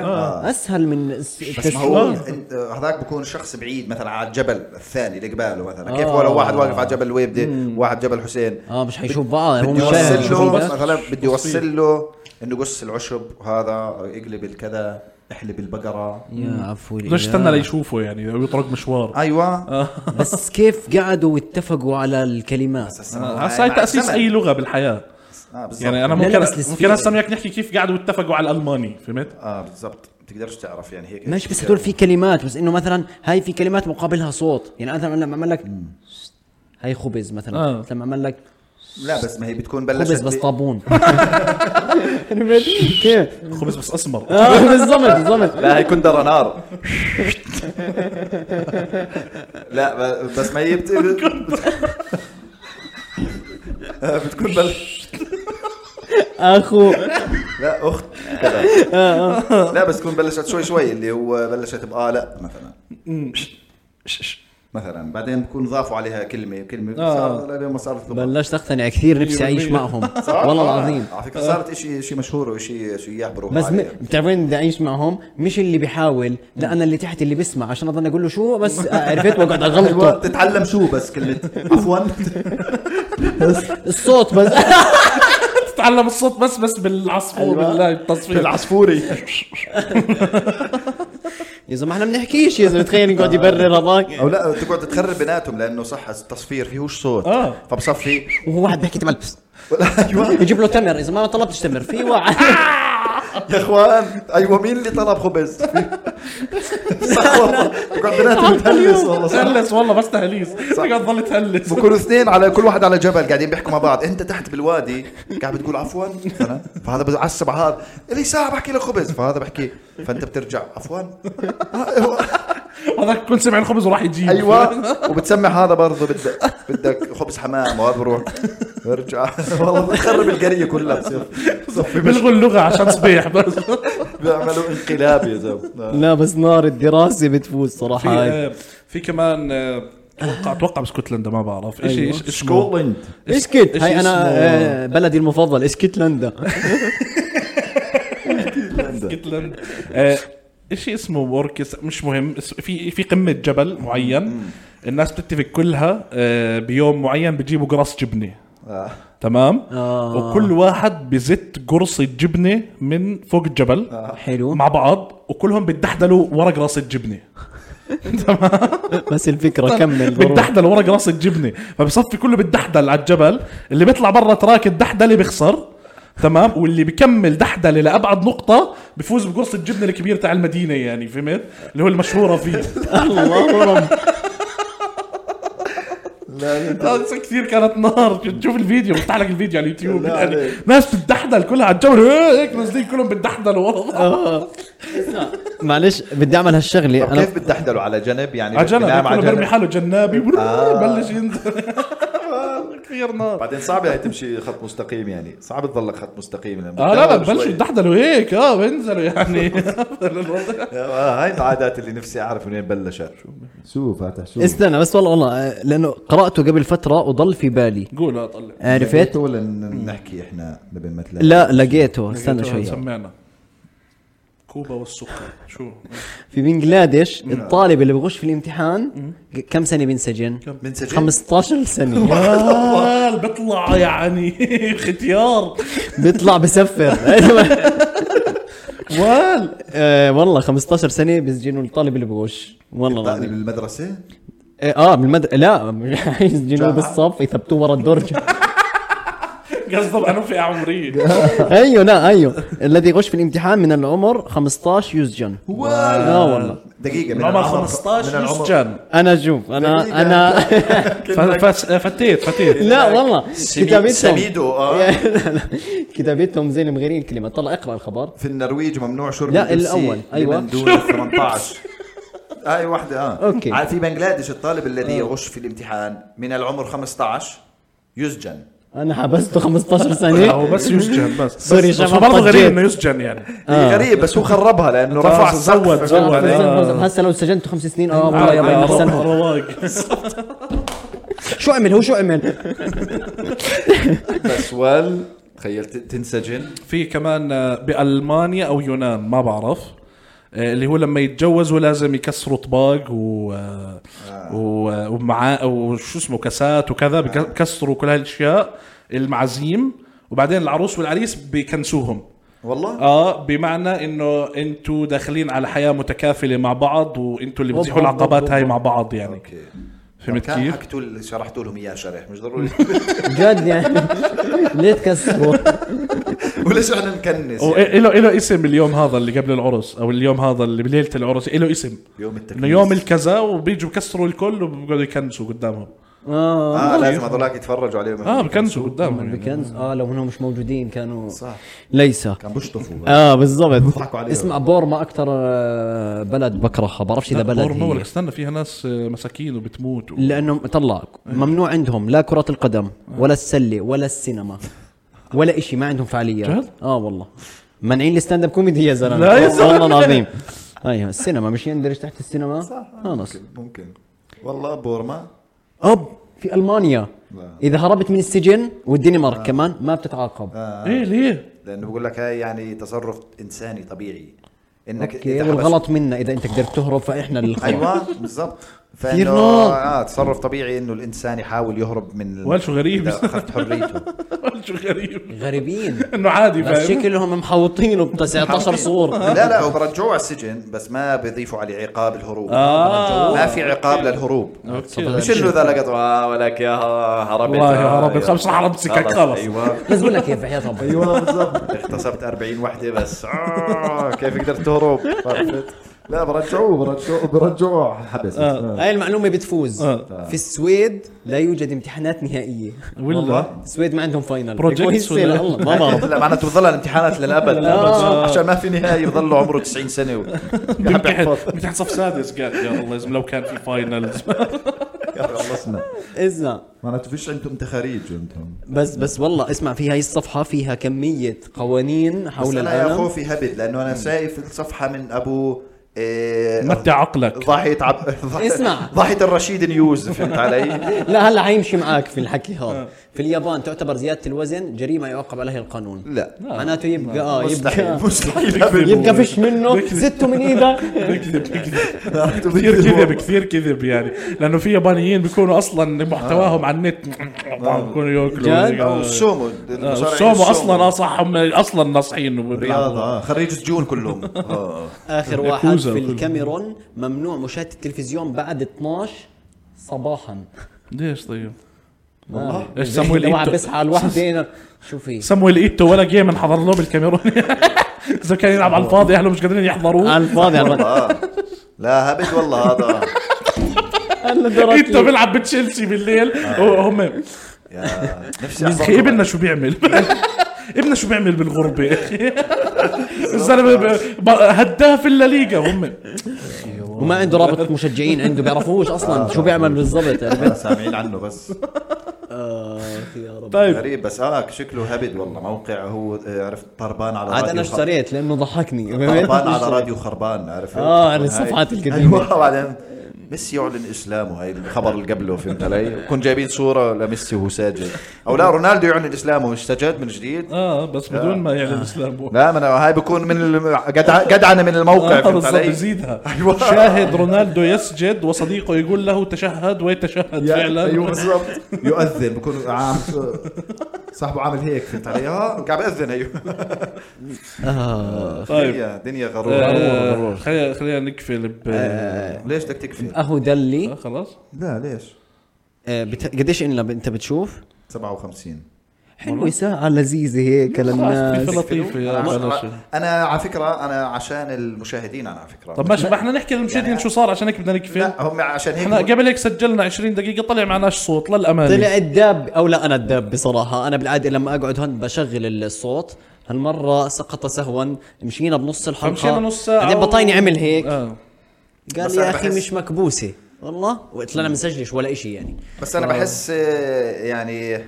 S1: اسهل من الس-
S3: بس ما هو
S1: التشويه
S3: انت- هذاك بكون شخص بعيد مثلا على الجبل الثاني اللي قباله مثلا كيف
S1: آه.
S3: لو واحد واقف على جبل ويبده واحد جبل حسين
S1: اه مش حيشوف بعض هو
S3: بدي
S1: مش
S3: يوصل
S1: شايف
S3: له
S1: شو في ده.
S3: مثلا بدي يوصل له انه قص العشب وهذا اقلب الكذا احلب البقره
S1: يا عفو
S2: بدوش استنى ليشوفه يعني أو يطرق مشوار
S3: ايوه
S1: آه. بس كيف قعدوا واتفقوا على الكلمات
S3: أساس إنه
S2: هسا هاي
S3: مع
S2: تأسيس
S3: الزمن.
S2: أي لغة بالحياة
S3: آه بالضبط.
S2: يعني أنا
S1: لا، لا،
S2: ممكن
S1: بس السفينة.
S2: ممكن هسا وياك نحكي كيف قعدوا واتفقوا على الألماني فهمت؟
S3: اه بالضبط بتقدرش تعرف يعني هيك
S1: ماشي بس هدول في كلمات بس انه مثلا هاي في كلمات مقابلها صوت يعني مثلا لما عمل لك هاي خبز مثلا
S2: آه.
S1: لما عمل لك
S3: لا بس ما هي بتكون بلشت
S1: خبز بس
S3: ب-
S1: طابون كيف
S2: خبز بس اسمر
S1: آه، بالضبط بالضبط
S3: لا هي كندرة نار لا ب- بس ما هي بت... آه، بتكون بل...
S1: اخو
S3: لا اخت كذا
S1: آه،
S3: لا بس تكون بلشت شوي شوي اللي هو بلشت بآه لا مثلا مثلا بعدين بكون ضافوا عليها كلمه كلمه
S2: آه.
S3: صار لما صارت لغة.
S1: بلشت اقتنع كثير نفسي اعيش معهم
S3: صار؟
S1: والله
S3: آه.
S1: العظيم
S3: على فكره صارت شيء شيء مشهور وشيء شيء بروح
S1: بس م...
S3: عليه.
S1: بتعرف وين بدي اعيش معهم مش اللي بيحاول لا انا اللي تحت اللي بسمع عشان اضل اقول له شو بس آه، عرفت واقعد
S3: ايوه
S1: اغلطه
S3: تتعلم شو بس كلمه عفوا
S1: أيوة. الصوت بس
S2: تتعلم الصوت بس بس بالعصفور
S1: أيوة.
S2: بالله التصفير
S3: العصفوري
S1: يا زلمه احنا بنحكيش يا زلمه تخيل يقعد يبرر هذاك
S3: او لا تقعد تخرب بيناتهم لانه صح التصفير فيهوش صوت
S2: آه.
S3: فبصفي
S1: وهو واحد بيحكي تمام بس
S3: ايوه
S1: يجيب له تمر اذا ما طلبتش تمر في واحد
S3: يا اخوان ايوه مين اللي طلب خبز؟ صح والله تقعد بيناتهم تهلس والله صح
S2: تهلس والله بس تهليس
S3: صح.
S2: تقعد تضل تهلس
S3: بكونوا اثنين على كل واحد على جبل قاعدين بيحكوا مع بعض انت تحت بالوادي قاعد بتقول عفوا مثلا فهذا بعصب على هذا لي ساعه بحكي له خبز فهذا بحكي فانت بترجع عفوا
S2: هذاك كل سمع الخبز وراح يجيب
S3: ايوه وبتسمع هذا برضه بدك بدك خبز حمام وهذا بروح برجع والله بتخرب القريه كلها بصير صفي مش
S2: بلغوا اللغه عشان صبيح بس
S3: بيعملوا انقلاب يا زلمه
S1: لا بس نار الدراسه بتفوز
S2: في
S1: صراحه
S2: آه، في كمان آه، اتوقع اتوقع بسكوتلندا ما بعرف ايش
S1: أيوة.
S2: ايش اسمه
S3: شكوتلند
S1: اسكت
S2: إيش
S1: هاي انا
S2: اسمه؟
S1: آه، بلدي المفضل اسكتلندا
S2: اسكتلندا آه، ايش اسمه وركس مش مهم اس- في في قمه جبل معين الناس بتتفق كلها آه، بيوم معين بجيبوا قرص جبنه
S3: آه.
S2: تمام
S1: آه.
S2: وكل واحد بزت قرصة جبنة من فوق الجبل
S1: حلو
S2: مع بعض وكلهم بتدحدلوا ورا قرصة جبنة
S1: بس الفكره كمل بالروح.
S2: بتدحدل ورا قراصة جبنه فبصفي كله بتدحدل على الجبل اللي بيطلع برا تراك الدحدله بيخسر تمام واللي بكمل دحدله لابعد نقطه بفوز بقرص الجبنه الكبير تاع المدينه يعني فهمت اللي هو المشهوره فيه
S1: الله رب
S2: هذا كثير كانت نار تشوف الفيديو بفتح لك الفيديو على اليوتيوب
S3: لا
S2: يعني
S3: عليك.
S2: ناس بتدحدل كلها على الجبل هيك نازلين كلهم بتدحدلوا ورا
S3: آه.
S2: بعض.
S1: معلش بدي اعمل هالشغله انا
S3: كيف بتدحدلوا على جنب يعني
S2: على جنب
S3: بينام
S2: كله برمي
S3: جنب
S2: حاله جنابي
S3: آه.
S2: بلش ينزل كثير نار
S3: بعدين صعب هي تمشي خط مستقيم يعني صعب تضلك خط مستقيم لما
S2: اه لا لا
S3: بتدور
S2: ببلشوا
S3: شوي.
S2: يدحدلوا هيك اه بينزلوا يعني الوضع.
S3: آه، هاي العادات اللي نفسي اعرف من وين بلشت شو فاتح شو
S1: استنى بس والله والله آه، لانه قراته قبل فتره وضل في بالي
S2: قول اه طلع
S3: يعني
S1: عرفت
S3: ولا ن- نحكي احنا قبل ما تلاقي
S1: لا لقيته استنى شوي
S2: سمعنا كوبا والسكر شو
S1: في بنجلاديش الطالب اللي بغش في الامتحان كم سنه بينسجن
S3: بنسجن
S1: 15 سنه
S2: آه بطلع يعني ختيار
S1: بيطلع بسفر
S2: وال
S1: آه، والله 15 سنه بيسجنوا الطالب اللي بغش والله
S3: طالب
S1: العظيم
S3: المدرسة
S1: اه بالمد لا يسجنوه بالصف يثبتوه ورا الدرج
S2: قصده انوفئه عمريه
S1: ايوه لا ايوه الذي يغش في الامتحان من العمر 15 يسجن لا والله
S3: دقيقة من
S2: العمر
S3: من
S2: 15
S3: العمر-
S2: يسجن
S1: انا شوف انا
S3: دقيقة.
S1: انا
S2: ف- فس- فتيت فتيت
S1: لا والله
S3: سمي-
S1: كتابتهم
S3: سميدو اه
S1: لا، لا. كتابتهم زي المغيرين الكلمه طلع اقرا الخبر
S3: في النرويج ممنوع شرب
S1: لا،
S3: البيبسي
S1: الأول. أيوة.
S3: لمن دون ال 18 هاي واحدة اه
S1: أوكي. آه.
S3: على- في بنغلاديش الطالب الذي يغش في الامتحان من العمر 15 يسجن
S1: انا حبسته 15
S2: لا،
S1: سنه
S2: هو بس يسجن بس بس-
S1: سوري
S2: بس
S1: شباب،
S2: هو برضه غريب
S1: طجيت.
S2: انه يسجن يعني
S3: آه. غريب بس هو خربها لانه رفع
S2: زود-
S3: السقف
S2: زود.
S1: آه،
S2: آه.
S1: فلسفة- هسه لو سجنت خمس سنين اه والله يا بين
S2: آه،
S1: أحسن.
S2: رواق
S1: شو عمل هو شو عمل
S3: بس وال تخيل ت- تنسجن
S2: في كمان آه، بالمانيا او يونان ما بعرف آه، اللي هو لما يتجوزوا لازم يكسروا طباق و آه. و- آه، ومعاه وشو اسمه كاسات وكذا بك- بكسروا كل هالاشياء المعازيم وبعدين العروس والعريس بكنسوهم
S3: والله
S1: آه.
S2: اه بمعنى انه انتوا داخلين على حياه متكافله مع بعض وانتوا اللي
S1: أوب،
S2: بتزيحوا
S1: أوب،
S2: العقبات
S1: أوب،
S2: هاي
S1: أوب.
S2: مع بعض يعني
S3: اوكي
S2: فهمت
S3: كان
S2: كيف؟
S3: حكيتوا ل- شرحتوا لهم اياه شرح مش ضروري
S1: جد يعني ليه تكسروا
S3: وليش احنا نكنس
S1: إيه؟
S3: يعني؟
S2: وله له اسم اليوم هذا اللي قبل العرس او اليوم هذا اللي بليله العرس له اسم
S3: يوم
S2: انه
S3: التكنيس
S2: يوم الكذا وبيجوا بكسروا الكل وبقعدوا يكنسوا قدامهم
S1: اه
S3: اه لازم هذولاك يتفرجوا عليهم
S1: آه.
S2: اه بكنسوا قدامهم يعني.
S1: البيكنز اه لو انهم مش موجودين كانوا
S3: صح
S1: ليس
S3: كان بشطفوا بس.
S1: اه بالضبط
S3: آه، بيضحكوا عليهم.
S1: اسمع بورما اكثر آه، بلد بكرهها بعرفش اذا
S2: لا،
S1: بلد
S2: بورما ولا
S1: هي.
S2: استنى فيها ناس آه، مساكين وبتموت و...
S1: لانه طلع ممنوع عندهم لا كرة القدم ولا السلة ولا السينما ولا إشي ما عندهم فعاليات
S2: جد؟
S1: اه والله مانعين الستاند اب كوميدي يا زلمه
S2: لا يا
S1: والله
S2: زلمة.
S1: العظيم ايوه السينما مش يندرج تحت السينما
S3: صح آه،
S1: خلص
S3: ممكن- ممكن والله بورما
S1: اب في المانيا
S3: لا.
S1: اذا هربت من السجن والدنمارك كمان ما بتتعاقب
S2: ايه ليه؟
S3: لانه بقول لك هاي يعني تصرف انساني طبيعي انك
S1: اوكي
S3: إذا حبس-
S1: والغلط منا اذا انت قدرت تهرب فاحنا اللي الخلق.
S3: ايوه بالضبط فانه
S1: نار.
S3: اه تصرف طبيعي انه الانسان يحاول يهرب من ال-
S2: ولا شو غريب.
S3: إذا اخذت حريته
S2: شو غريب
S1: غريبين
S2: انه عادي
S1: بس
S2: فاهم
S1: شكلهم محوطينه ب 19 صور
S3: لا لا وبرجعوه على السجن بس ما بيضيفوا عليه عقاب الهروب
S2: آه.
S3: ما في عقاب للهروب
S2: اوكي
S3: مش انه اذا لقطوا اه ولك يا هربت
S2: والله يا
S3: آه،
S2: هربت،
S3: يلا.
S2: خلص رح أمسكك، خلص.
S3: ايوه
S1: بس بقول لك كيف حياة ربي
S3: ايوه بالضبط اغتصبت 40 وحده بس آه، كيف قدرت تهرب عرفت؟ لا برجعوه برجعوه برجعوه على الحبس
S1: هاي المعلومة بتفوز
S2: آه.
S1: في السويد لا يوجد امتحانات نهائية
S2: ولا
S1: السويد ما عندهم فاينل
S2: Projects
S1: كويس
S2: ولا-
S1: لا والله ما بعرف
S3: لا معناته بتضل الامتحانات للابد
S2: آه.
S3: عشان ما في نهايه بضله عمره 90 سنه و... يا حبيبي احفظ.
S2: امتحان صف سادس قال يا الله يا زلمه لو كان في فاينلز
S3: خلصنا
S1: اسمع
S3: معناته فيش عندهم تخاريج انتم
S1: بس بس والله اسمع في هاي الصفحة فيها كمية قوانين
S3: بس
S1: حول
S3: انا يا
S1: العالم
S3: خوفي هبد لانه انا شايف الصفحه من ابو إيه،
S2: متع عقلك
S3: ضاحية عب... ضاحية-
S1: اسمع.
S3: ضاحية الرشيد نيوز فهمت علي؟
S1: لا هلا حيمشي معاك في الحكي هذا في اليابان تعتبر زيادة الوزن جريمة يعاقب عليها القانون
S3: لا
S1: معناته يبقى اه
S3: مستحيل
S1: يبقى
S3: مستحيل هبد.
S1: يبقى فيش منه زدته من ايده
S2: بكذب بكذب
S3: عرفتوا
S2: كثير
S3: بيكذبوا.
S2: كذب كثير كذب يعني لانه في يابانيين بيكونوا اصلا محتواهم على النت بيكونوا
S1: آه. جد؟
S2: ياكلوا
S3: آه، والسومو
S2: آه،
S3: المصارعين
S2: السومو اصلا اه صح هم اصلا ناصحين
S3: رياضة
S2: بالرياضه
S3: آه، خريج سجون كلهم آه.
S1: اخر واحد
S2: ياكوزا
S1: في
S2: وكل-
S1: الكاميرون ممنوع مشاهدة التلفزيون بعد 12 صباحا
S2: ليش طيب؟
S1: والله
S2: إيش سموا
S1: لو آه. واحد
S2: الإيتو؟
S1: بيصحى على الوحدة شو في
S2: سمويل ايتو ولا جيم انحضر له بالكاميرون اذا كان يلعب على الفاضي اهله مش قادرين يحضروه
S1: على الفاضي على الفاضي
S3: آه. لا هبد والله هذا
S1: هلا درت
S2: ايتو
S1: لي.
S2: بيلعب بتشيلسي بالليل
S3: آه.
S2: وهم
S3: يا نفسي
S2: يا اخي
S3: أحضر.
S2: ابننا شو بيعمل ابننا شو بيعمل بالغربه يا اخي الزلمه ب- ب- هداف الليغا هم
S1: وما عنده رابط مشجعين عنده بيعرفوش اصلا شو بيعمل بالضبط عرفت؟
S3: آه، سامعين عنه بس
S1: آه، يا رب
S2: طيب
S3: غريب بس اه شكله هبد والله موقع هو آه، عرفت طربان على
S1: عاد
S3: راديو
S1: انا
S3: خر-
S1: اشتريت لانه ضحكني
S3: طربان على راديو خربان عرفت
S1: آه، على
S3: هاي-
S1: الصفحات القديمة.
S3: ايوه بعدين ميسي يعلن اسلامه هاي الخبر اللي قبله فهمت علي؟ وكون جايبين صوره لميسي وهو ساجد او لا رونالدو يعلن اسلامه مش سجد من جديد
S2: اه بس
S3: آه.
S2: بدون ما يعلن اسلامه
S3: لا ما انا هاي بكون من الم- قدع- جدعنه من الموقع
S2: آه
S3: فهمت
S2: بالضبط
S3: علي؟
S2: يزيدها
S3: أيوة.
S2: شاهد رونالدو يسجد وصديقه يقول له تشهد ويتشهد فعلا
S3: ايوه بالضبط يؤذن بكون عام صاحبه عامل هيك فهمت علي؟ اه قاعد بأذن ايوه
S2: طيب
S3: دنيا دنيا غرور
S2: آه، خلينا خلينا نقفل ب
S3: ليش بدك تكفي؟
S1: اهو دلي
S2: آه، خلاص
S3: لا ليش؟
S1: آه، بت- قديش إلنا ب- انت بتشوف
S3: 57
S1: حلوة ساعة لذيذة هيك
S2: خلاص،
S1: للناس
S2: في لطيفة يا
S3: أنا-
S2: بلاش.
S3: انا على فكره انا عشان المشاهدين انا على فكره
S2: طب ماشي ما احنا نحكي للمشاهدين شو صار عشان هيك بدنا نقفل
S3: لا هم عشان
S2: احنا
S3: هيك
S2: قبل هيك سجلنا 20 دقيقة طلع معناش صوت للأمانة
S1: طلع الداب او لا انا الداب بصراحة انا بالعادة لما اقعد هون بشغل الصوت هالمرة سقط سهوا مشينا بنص الحلقة
S2: مشينا نص ساعة
S1: بعدين
S2: و-
S1: بطايني عمل هيك
S2: آه.
S1: قال
S3: بس
S1: يا
S3: أنا
S1: اخي
S3: بحس-
S1: مش مكبوسه والله وقلت له انا مسجلش ولا إشي يعني
S3: بس انا بحس آه، يعني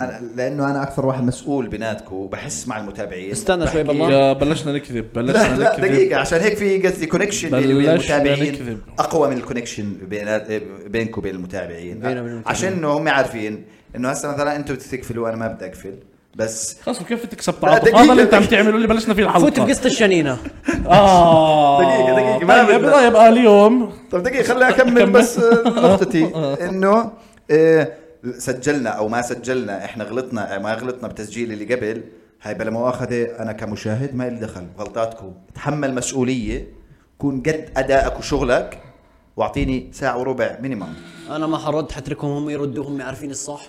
S3: أنا لانه انا اكثر واحد مسؤول بيناتكم وبحس مع المتابعين
S1: استنى شوي
S3: بحكي-
S1: بالله
S2: يا بلشنا نكذب
S3: لا
S2: بلشنا
S3: لا
S2: نكذب
S3: دقيقة عشان هيك في قصدي كونكشن بين
S2: بلشنا
S3: المتابعين
S2: نكذب.
S3: اقوى من الكونكشن بين آه، بينكم وبين المتابعين
S1: بينا وبين المتابعين.
S3: عشان انه هم عارفين انه هسه مثلا انتم بتقفلوا وانا ما بدي اقفل بس
S2: خلاص كيف تكسب
S3: لا،
S2: تعاطف
S3: دقيقة،
S2: هذا اللي انت عم
S3: دقيقة.
S2: تعمله اللي بلشنا فيه الحلقة
S1: فوت بقصة الشنينة
S2: اه
S3: دقيقة، دقيقة، ما
S2: طيب
S3: بدنا.
S2: طيب آه، اليوم
S3: طب دقيقة خليني أكمل بس آه، نقطتي إنه آه، سجلنا أو ما سجلنا إحنا غلطنا آه، ما غلطنا بتسجيل اللي قبل هاي بلا مؤاخذة أنا كمشاهد ما لي دخل غلطاتكم تحمل مسؤولية كون قد أدائك وشغلك واعطيني ساعة وربع مينيمم
S1: انا ما حرد حتركهم هم يردوا هم عارفين الصح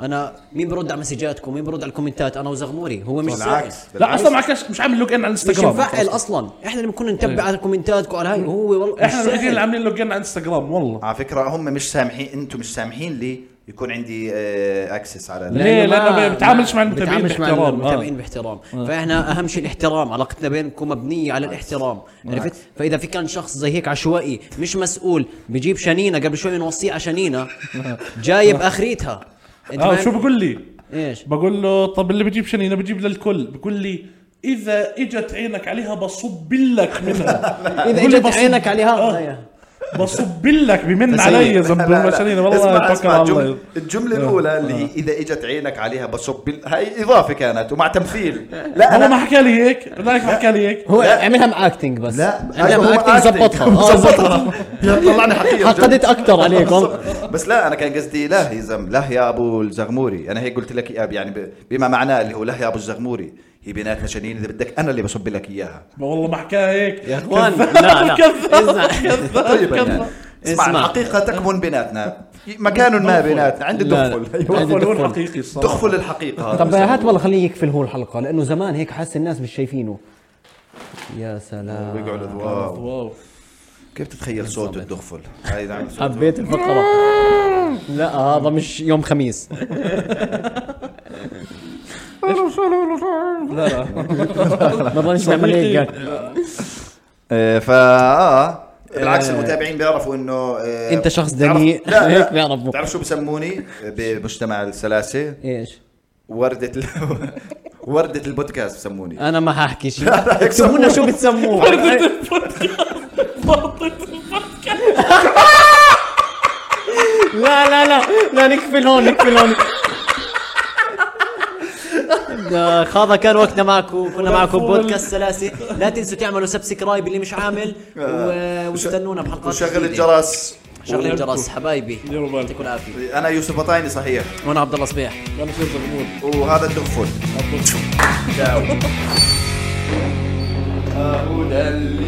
S1: انا مين برد على مسجاتكم مين برد على الكومنتات انا وزغموري هو مش سائل.
S3: بالعكس
S2: لا اصلا ما كانش مش عامل لوج ان على
S1: مش
S2: الانستغرام
S1: مفعل اصلا احنا اللي بنكون نتبع على كومنتاتكم على هاي وهو والله
S2: احنا الوحيدين اللي عاملين لوج ان على الانستغرام والله
S3: على فكره هم مش سامحين انتم مش سامحين لي يكون عندي اكسس على
S2: لا. ليه؟ لأنه ما بتعاملش مع المتابعين
S1: بتعاملش مع
S2: باحترام. آه.
S1: المتابعين باحترام فاحنا اهم شيء الاحترام علاقتنا بينكم مبنيه
S2: آه.
S1: على الاحترام عرفت فاذا في كان شخص زي هيك عشوائي مش مسؤول بجيب شنينه قبل شوي بنوصيه على شنينه جايب اخريتها انت
S2: اه
S1: فاهم؟
S2: آه. شو بقول لي؟
S1: ايش
S2: بقول له طب اللي بجيب شنينه بجيب للكل بقول لي اذا اجت عينك عليها بصب لك منها
S1: اذا
S2: بقول آه، لي
S1: اجت
S2: بصب-
S1: عينك عليها
S2: آه.
S1: آه.
S2: بصب لك بمن
S3: بس
S2: علي
S3: هي-
S2: ذنب
S3: لا، لا.
S2: المشانين والله آه.
S3: اسمع
S2: توكل
S3: اسمع
S2: على
S3: الجملة,
S2: الله
S3: الجملة الأولى اللي هي إذا إجت عينك عليها بصب بال- هاي إضافة كانت ومع تمثيل لا
S2: هو
S3: أنا
S2: ما حكى لي هيك لك ما حكى لي هيك
S1: هو عملها مع اكتنج بس
S3: لا
S1: عملها مع اكتنج زبطها آه،
S3: زبطها طلعني حقيقة
S1: حقدت اكثر عليكم
S3: بس لا انا كان قصدي له يا زلمه له يا ابو الزغموري انا هيك قلت لك اياه يعني ب- بما معناه اللي هو له يا ابو الزغموري هي بيناتنا شنين اذا بدك انا اللي بصب لك اياها
S2: والله ما حكاها هيك
S1: يا اخوان لا لا إذا-
S3: طيب يعني اسمع
S1: اسمع.
S3: الحقيقه تكمن بيناتنا مكان ما بيناتنا عندي أيوة.
S1: لا، لا.
S3: دخل
S1: عندي
S2: هو
S1: دخول.
S2: الحقيقي الصراحه
S3: دخل الحقيقه
S1: طب هات والله خليه يكفل هو الحلقه لانه زمان هيك حاسس الناس مش شايفينه يا سلام
S3: بيقعد واو
S2: واو
S3: كيف تتخيل صوت الدخفل هاي نعم صوت
S1: حبيت الفقره لا هذا مش يوم خميس
S2: لا لا
S1: نضلش نعمل هيك
S3: آه، فا آه، بالعكس المتابعين بيعرفوا انه آه،
S1: أنت شخص
S3: بتعرف-
S1: دنيء.
S3: لا
S1: هيك بيعرفوا.
S3: هيك بيعرفوا بتعرف شو بسموني بمجتمع السلاسه
S1: ايش
S3: وردة ال- وردة البودكاست بسموني
S1: انا ما حاحكي شيء اكتبوا لنا شو بتسموه لا لا لا لا نكفل هون نكفل هون آه، هذا كان وقتنا معكم كنا معكم بودكاست سلاسي لا تنسوا تعملوا سبسكرايب اللي مش عامل و- واستنونا بحلقات
S3: آه، وشغل
S1: جديدة.
S3: الجرس
S1: شغل الجرس حبايبي
S2: ديروا بالكم.
S1: يعطيكم العافيه
S3: انا يوسف بطايني صحيح
S1: وانا عبد الله صبيح
S2: انا صرت زغمون
S3: وهذا الدغفل هدى اللي